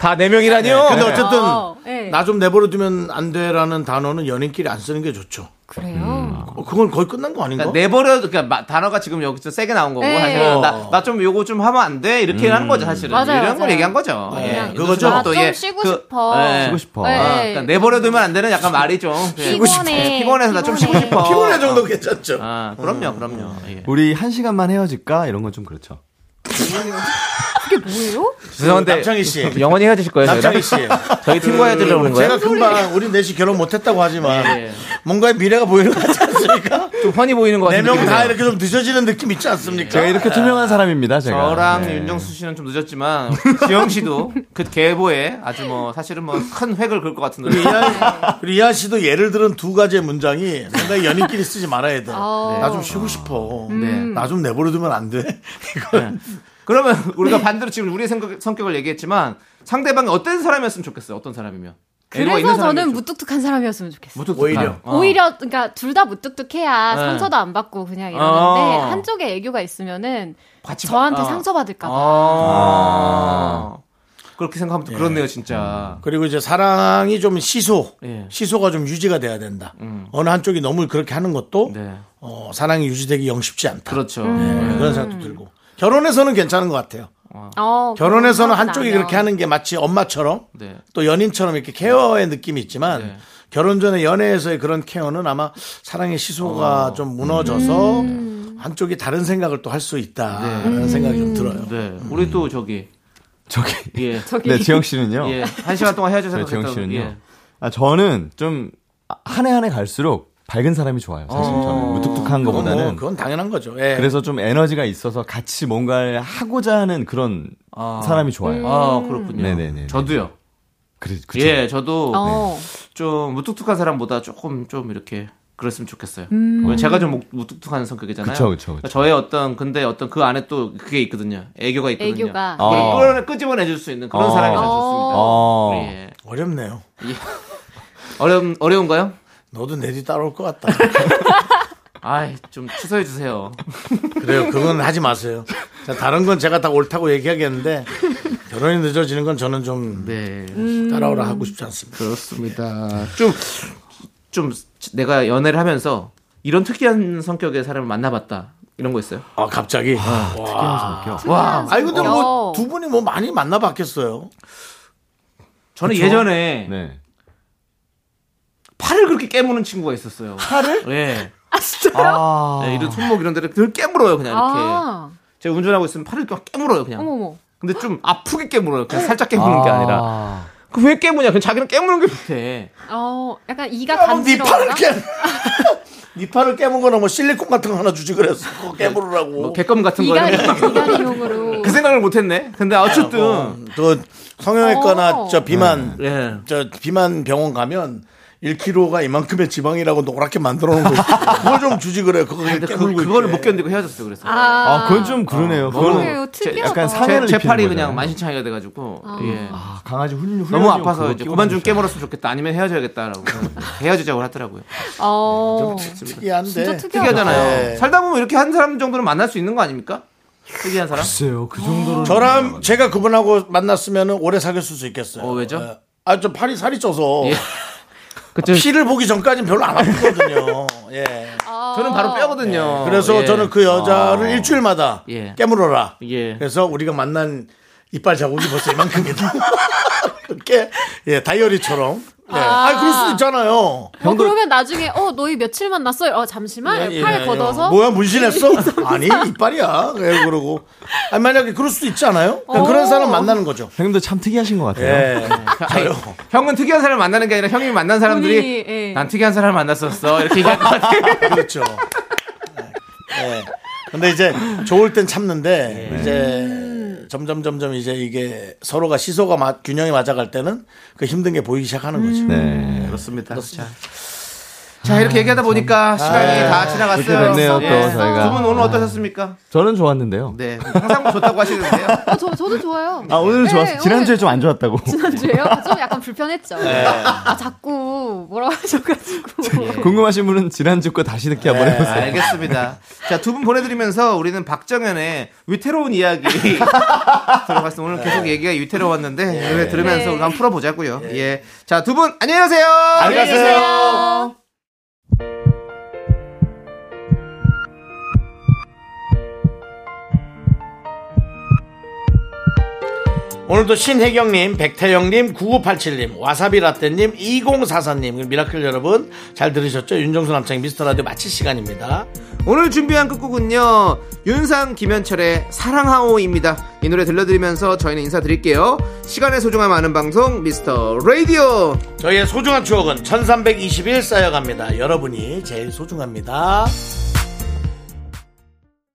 Speaker 1: 다 네 명이라니요?
Speaker 10: 근데 어쨌든
Speaker 8: 어, 네.
Speaker 10: 나 좀 내버려두면 안 돼라는 단어는 연인끼리 안 쓰는 게 좋죠.
Speaker 8: 그래요?
Speaker 10: 어, 그건 거의 끝난 거 아닌가?
Speaker 1: 그러니까 내버려, 그러니까 마- 단어가 지금 여기서 세게 나온 거고,
Speaker 8: 네.
Speaker 1: 사실은 나, 나 좀 요거 좀 하면 안 돼? 이렇게 하는 거죠, 사실은.
Speaker 8: 맞아요,
Speaker 1: 이런 걸
Speaker 8: 맞아요.
Speaker 1: 얘기한 거죠.
Speaker 10: 네.
Speaker 1: 예.
Speaker 10: 그거죠.
Speaker 8: 나 좀
Speaker 1: 예.
Speaker 8: 쉬고
Speaker 1: 그-
Speaker 8: 싶어.
Speaker 1: 예.
Speaker 7: 쉬고 싶어.
Speaker 8: 네.
Speaker 1: 아, 그러니까 내버려두면 안 되는 약간 말이 좀. 예.
Speaker 8: 피곤해.
Speaker 1: 피곤해서 나 좀 쉬고
Speaker 8: 피곤해.
Speaker 1: 싶어.
Speaker 10: 피곤해 정도 괜찮죠.
Speaker 1: 아, 그럼요, 그럼요. 예.
Speaker 7: 우리 한 시간만 헤어질까 이런 건 좀 그렇죠.
Speaker 8: 그게 뭐예요?
Speaker 1: 죄송한데.
Speaker 10: 어, 남창희 씨.
Speaker 1: 영원히 헤어지실 거예요,
Speaker 10: 남창희 씨.
Speaker 1: 저희 팀과 헤어지려고 그러는 거예요?
Speaker 10: 제가 금방 우리 넷이 결혼 못했다고 하지만
Speaker 1: 예.
Speaker 10: 뭔가 미래가 보이는 것 같지 않습니까?
Speaker 1: 좀 펀이 보이는 것
Speaker 10: 네
Speaker 1: 같은데.
Speaker 10: 명 다 이렇게 좀 늦어지는 느낌 있지 않습니까?
Speaker 7: 제가 이렇게 투명한 사람입니다. 제가.
Speaker 1: 저랑
Speaker 7: 네.
Speaker 1: 윤정수 씨는 좀 늦었지만 지영 씨도 그 계보에 아주 뭐 사실은 뭐 큰 획을 그을 것 같은데
Speaker 10: 이한, 그리고 이한 씨도 예를 들은 두 가지의 문장이 상당히 연인끼리 쓰지 말아야 돼.
Speaker 8: 어.
Speaker 10: 나 좀 쉬고 싶어.
Speaker 1: 네.
Speaker 10: 나 좀 내버려두면 안 돼. 이건
Speaker 1: 그러면 우리가 반대로 지금 우리의 생각, 성격을 얘기했지만 상대방이 어떤 사람이었으면 좋겠어요. 어떤 사람이면 애교가 있는
Speaker 8: 그래서 저는
Speaker 1: 사람이면 좋-
Speaker 8: 무뚝뚝한 사람이었으면 좋겠어요.
Speaker 1: 무뚝뚝한.
Speaker 10: 오히려.
Speaker 1: 어.
Speaker 8: 오히려 그러니까 둘 다 무뚝뚝해야
Speaker 1: 네.
Speaker 8: 상처도 안 받고 그냥 이러는데
Speaker 1: 어.
Speaker 8: 한쪽에 애교가 있으면은
Speaker 1: 같이
Speaker 8: 저한테
Speaker 1: 봐- 어.
Speaker 8: 상처 받을까 봐.
Speaker 1: 아. 그렇게 생각하면 또
Speaker 7: 예.
Speaker 1: 그렇네요,
Speaker 7: 음.
Speaker 1: 진짜.
Speaker 10: 그리고 이제 사랑이 좀 시소,
Speaker 1: 예.
Speaker 10: 시소가 좀 유지가 돼야 된다. 어느 한쪽이 너무 그렇게 하는 것도
Speaker 1: 네.
Speaker 10: 어, 사랑이 유지되기 영 쉽지 않다.
Speaker 1: 그렇죠.
Speaker 8: 음.
Speaker 10: 네, 그런 생각도 들고. 결혼에서는 괜찮은 것 같아요.
Speaker 8: 어,
Speaker 10: 결혼에서는
Speaker 8: 그런 사람은
Speaker 10: 한쪽이
Speaker 8: 아니야.
Speaker 10: 그렇게 하는 게 마치 엄마처럼
Speaker 1: 네.
Speaker 10: 또 연인처럼 이렇게 케어의 느낌이 있지만
Speaker 1: 네.
Speaker 10: 결혼 전에 연애에서의 그런 케어는 아마 사랑의 시소가 좀 무너져서
Speaker 8: 음.
Speaker 10: 한쪽이 다른 생각을 또 할 수 있다라는 생각이 좀 들어요.
Speaker 1: 네. 우리
Speaker 7: 음.
Speaker 1: 또 저기
Speaker 7: 저기.
Speaker 1: 예.
Speaker 8: 저기
Speaker 7: 네 지영 씨는요.
Speaker 1: 예. 한 시간 동안 헤어져
Speaker 7: 저희 네, 지영
Speaker 1: 생각했던
Speaker 7: 씨는요.
Speaker 1: 예.
Speaker 7: 아, 저는 좀 한 해 한 해 갈수록 밝은 사람이 좋아요. 사실
Speaker 1: 어.
Speaker 7: 저는 무뚝뚝한
Speaker 10: 그건, 뭐,
Speaker 7: 것보다는.
Speaker 10: 그건 당연한 거죠. 예.
Speaker 7: 그래서 좀 에너지가 있어서 같이 뭔가를 하고자 하는 그런
Speaker 1: 아.
Speaker 7: 사람이 좋아요.
Speaker 1: 아, 그렇군요.
Speaker 7: 네네네.
Speaker 1: 저도요.
Speaker 7: 그래, 그쵸?
Speaker 1: 예, 저도
Speaker 8: 어.
Speaker 1: 좀 무뚝뚝한 사람보다 조금 좀 이렇게 그랬으면 좋겠어요.
Speaker 8: 음.
Speaker 1: 왜냐면 제가 좀 목- 무뚝뚝한 성격이잖아요.
Speaker 7: 그쵸, 그쵸, 그쵸.
Speaker 1: 그러니까 저의 어떤 근데 어떤 그 안에 또 그게 있거든요. 애교가 있거든요.
Speaker 8: 애교가. 아.
Speaker 1: 그걸
Speaker 7: 어.
Speaker 1: 끌어내- 끄집어내줄 수 있는 그런
Speaker 7: 어.
Speaker 1: 사람이 참
Speaker 2: 아,
Speaker 7: 어.
Speaker 1: 좋습니다. 예.
Speaker 10: 어렵네요.
Speaker 1: 어려운 어려운가요?
Speaker 10: 너도 내 뒤 따라올 것 같다.
Speaker 1: 아이 좀 취소해 주세요.
Speaker 10: 그래요. 그건 하지 마세요. 자, 다른 건 제가 다 옳다고 얘기하겠는데 결혼이 늦어지는 건 저는 좀
Speaker 1: 네
Speaker 10: 따라오라 하고 싶지 않습니다.
Speaker 1: 그렇습니다. 좀 좀 내가 연애를 하면서 이런 특이한 성격의 사람을 만나봤다 이런 거 있어요?
Speaker 10: 아 갑자기.
Speaker 1: 와
Speaker 10: 아니 근데 뭐
Speaker 8: 어.
Speaker 10: 두 분이 뭐 많이 만나봤겠어요.
Speaker 1: 저는 예전에
Speaker 7: 네.
Speaker 1: 팔을 그렇게 깨무는 친구가 있었어요. 팔을? 예.
Speaker 8: 아, 진짜요?
Speaker 7: 아.
Speaker 1: 네, 이런 손목 이런 데를 늘 깨물어요 그냥 이렇게
Speaker 8: 아,
Speaker 1: 제가 운전하고 있으면 팔을 막 깨물어요 그냥
Speaker 8: 어머머.
Speaker 1: 근데 좀 아프게 깨물어요 그냥 살짝 깨무는 게 아니라 그 왜 깨무냐 그냥 자기는 깨무는 게 못해
Speaker 8: 어, 약간 이가
Speaker 10: 네 팔을
Speaker 8: 간지러운가?
Speaker 10: 깨. 니파를 깨물거나 뭐 실리콘 같은 거 하나 주지 그랬어. 그거 깨물으라고.
Speaker 1: 뭐 개껌 같은 거.
Speaker 8: 이갈이, 이갈이용으로.
Speaker 1: 그 생각을 못했네. 근데 어쨌든
Speaker 10: 어, 또 성형외과나
Speaker 8: 어.
Speaker 10: 저 비만
Speaker 1: 예.
Speaker 10: 저 비만 병원 가면 1kg가 이만큼의 지방이라고 노랗게 만들어 놓은 거 있어요. 그걸 좀 주지 그래. 그거
Speaker 1: 근데 그, 그거를 못 견디고 헤어졌어 그래서.
Speaker 8: 아,
Speaker 7: 아, 그건 좀 그러네요. 그거는
Speaker 8: 그래요. 특이하다.
Speaker 7: 약간 상-
Speaker 1: 어. 제,
Speaker 7: 상해를
Speaker 1: 제
Speaker 7: 입히는
Speaker 1: 팔이
Speaker 7: 거잖아요.
Speaker 1: 그냥 만신창이가 돼가지고 예.
Speaker 7: 아, 강아지 훈련
Speaker 1: 너무
Speaker 7: 훈련용
Speaker 1: 아파서
Speaker 7: 그거
Speaker 1: 이제
Speaker 7: 끼워
Speaker 1: 그만 좀
Speaker 7: 넣으셔.
Speaker 1: 깨물었으면 좋겠다 아니면 헤어져야겠다라고 헤어지자고 하더라고요
Speaker 8: 어.
Speaker 10: 특이한데.
Speaker 8: 진짜 특이하다.
Speaker 1: 특이하잖아요
Speaker 10: 네.
Speaker 1: 살다 보면 이렇게 한 사람 정도는 만날 수 있는 거 아닙니까 특이한 사람
Speaker 7: 글쎄요, 그 정도로.
Speaker 10: 저랑 제가 그분하고 만났으면 오래 사귀었을 수 있겠어요.
Speaker 1: 어, 왜죠?
Speaker 10: 아, 저 팔이 살이 쪄서
Speaker 1: 예. 그쵸.
Speaker 10: 피를 보기 전까지는 별로 안 아프거든요. 예.
Speaker 1: 저는
Speaker 8: 아. 어,
Speaker 1: 바로 뼈거든요
Speaker 10: 그래서
Speaker 1: 어, 예.
Speaker 10: 저는 그 여자를 일주일마다
Speaker 1: 예.
Speaker 10: 깨물어라.
Speaker 1: 예.
Speaker 10: 그래서 우리가 만난 이빨 자국이 벌써 이만큼이다. 이렇게 예 다이어리처럼. 예. 아, 그럴 수도 있잖아요.
Speaker 8: 어, 그러면 나중에 어 너희 며칠 만났어요? 어 잠시만
Speaker 10: 예,
Speaker 8: 팔
Speaker 10: 예.
Speaker 8: 걷어서 네.
Speaker 10: 뭐야 문신했어? 아니 이빨이야. 예, 그러고 아니 만약에 그럴 수도 있지 않아요? 그런 사람 만나는 거죠.
Speaker 7: 형님도 참 특이하신 것 같아요.
Speaker 10: 예.
Speaker 1: 네. 아니, 형은 특이한 사람 만나는 게 아니라 형이 만난 사람들이
Speaker 8: 본인이, 예.
Speaker 1: 난 특이한 사람 만났었어 이렇게 얘기할 것 같아요
Speaker 10: 그렇죠. 예. 예. 근데 이제 좋을 땐 참는데 이제 점점 점점 이제 이게 서로가 시소가 맞- 균형이 맞아갈 때는 그 힘든 게 보이기 시작하는 거죠.
Speaker 1: 음.
Speaker 7: 네.
Speaker 1: 그렇습니다 아, 자. 자, 이렇게 얘기하다 보니까 시간이 다 지나갔어요 예.
Speaker 7: 이렇게 됐네요, 또 저희가.
Speaker 1: 두분 오늘 어떠셨습니까?
Speaker 7: 저는 좋았는데요.
Speaker 1: 네 항상 좋다고 하시는데요
Speaker 8: 어, 저, 저도 좋아요
Speaker 7: 아, 오늘은
Speaker 8: 네,
Speaker 7: 좋았어요. 지난주에 좀 안 좋았다고.
Speaker 8: 지난주에요? 좀 약간 불편했죠 아 자꾸 뭐라 하셔가지고
Speaker 7: 궁금하신 분은 지난주 거 다시 듣기 한번
Speaker 1: 네,
Speaker 7: 해보세요.
Speaker 1: 알겠습니다. 자, 두 분 보내드리면서 우리는 박정현의 위태로운 이야기 들어갔습니다. 오늘 계속 얘기가 위태로웠는데 노래 들으면서
Speaker 8: 네.
Speaker 1: 우리 한번 풀어보자고요. 예. 자, 두 분 안녕히 가세요. 안녕히
Speaker 8: 계세요.
Speaker 10: 오늘도 신혜경님, 백태영님, 9987님, 와사비라떼님, 2044님, 그리고 미라클 여러분 잘 들으셨죠? 윤정수 남창의 미스터라디오 마칠 시간입니다.
Speaker 1: 오늘 준비한 끝곡은요. 윤상 김현철의 사랑하오입니다. 이 노래 들려드리면서 저희는 인사드릴게요. 시간의 소중함 아는 방송 미스터 라디오.
Speaker 10: 저희의 소중한 추억은 1321 쌓여갑니다. 여러분이 제일 소중합니다.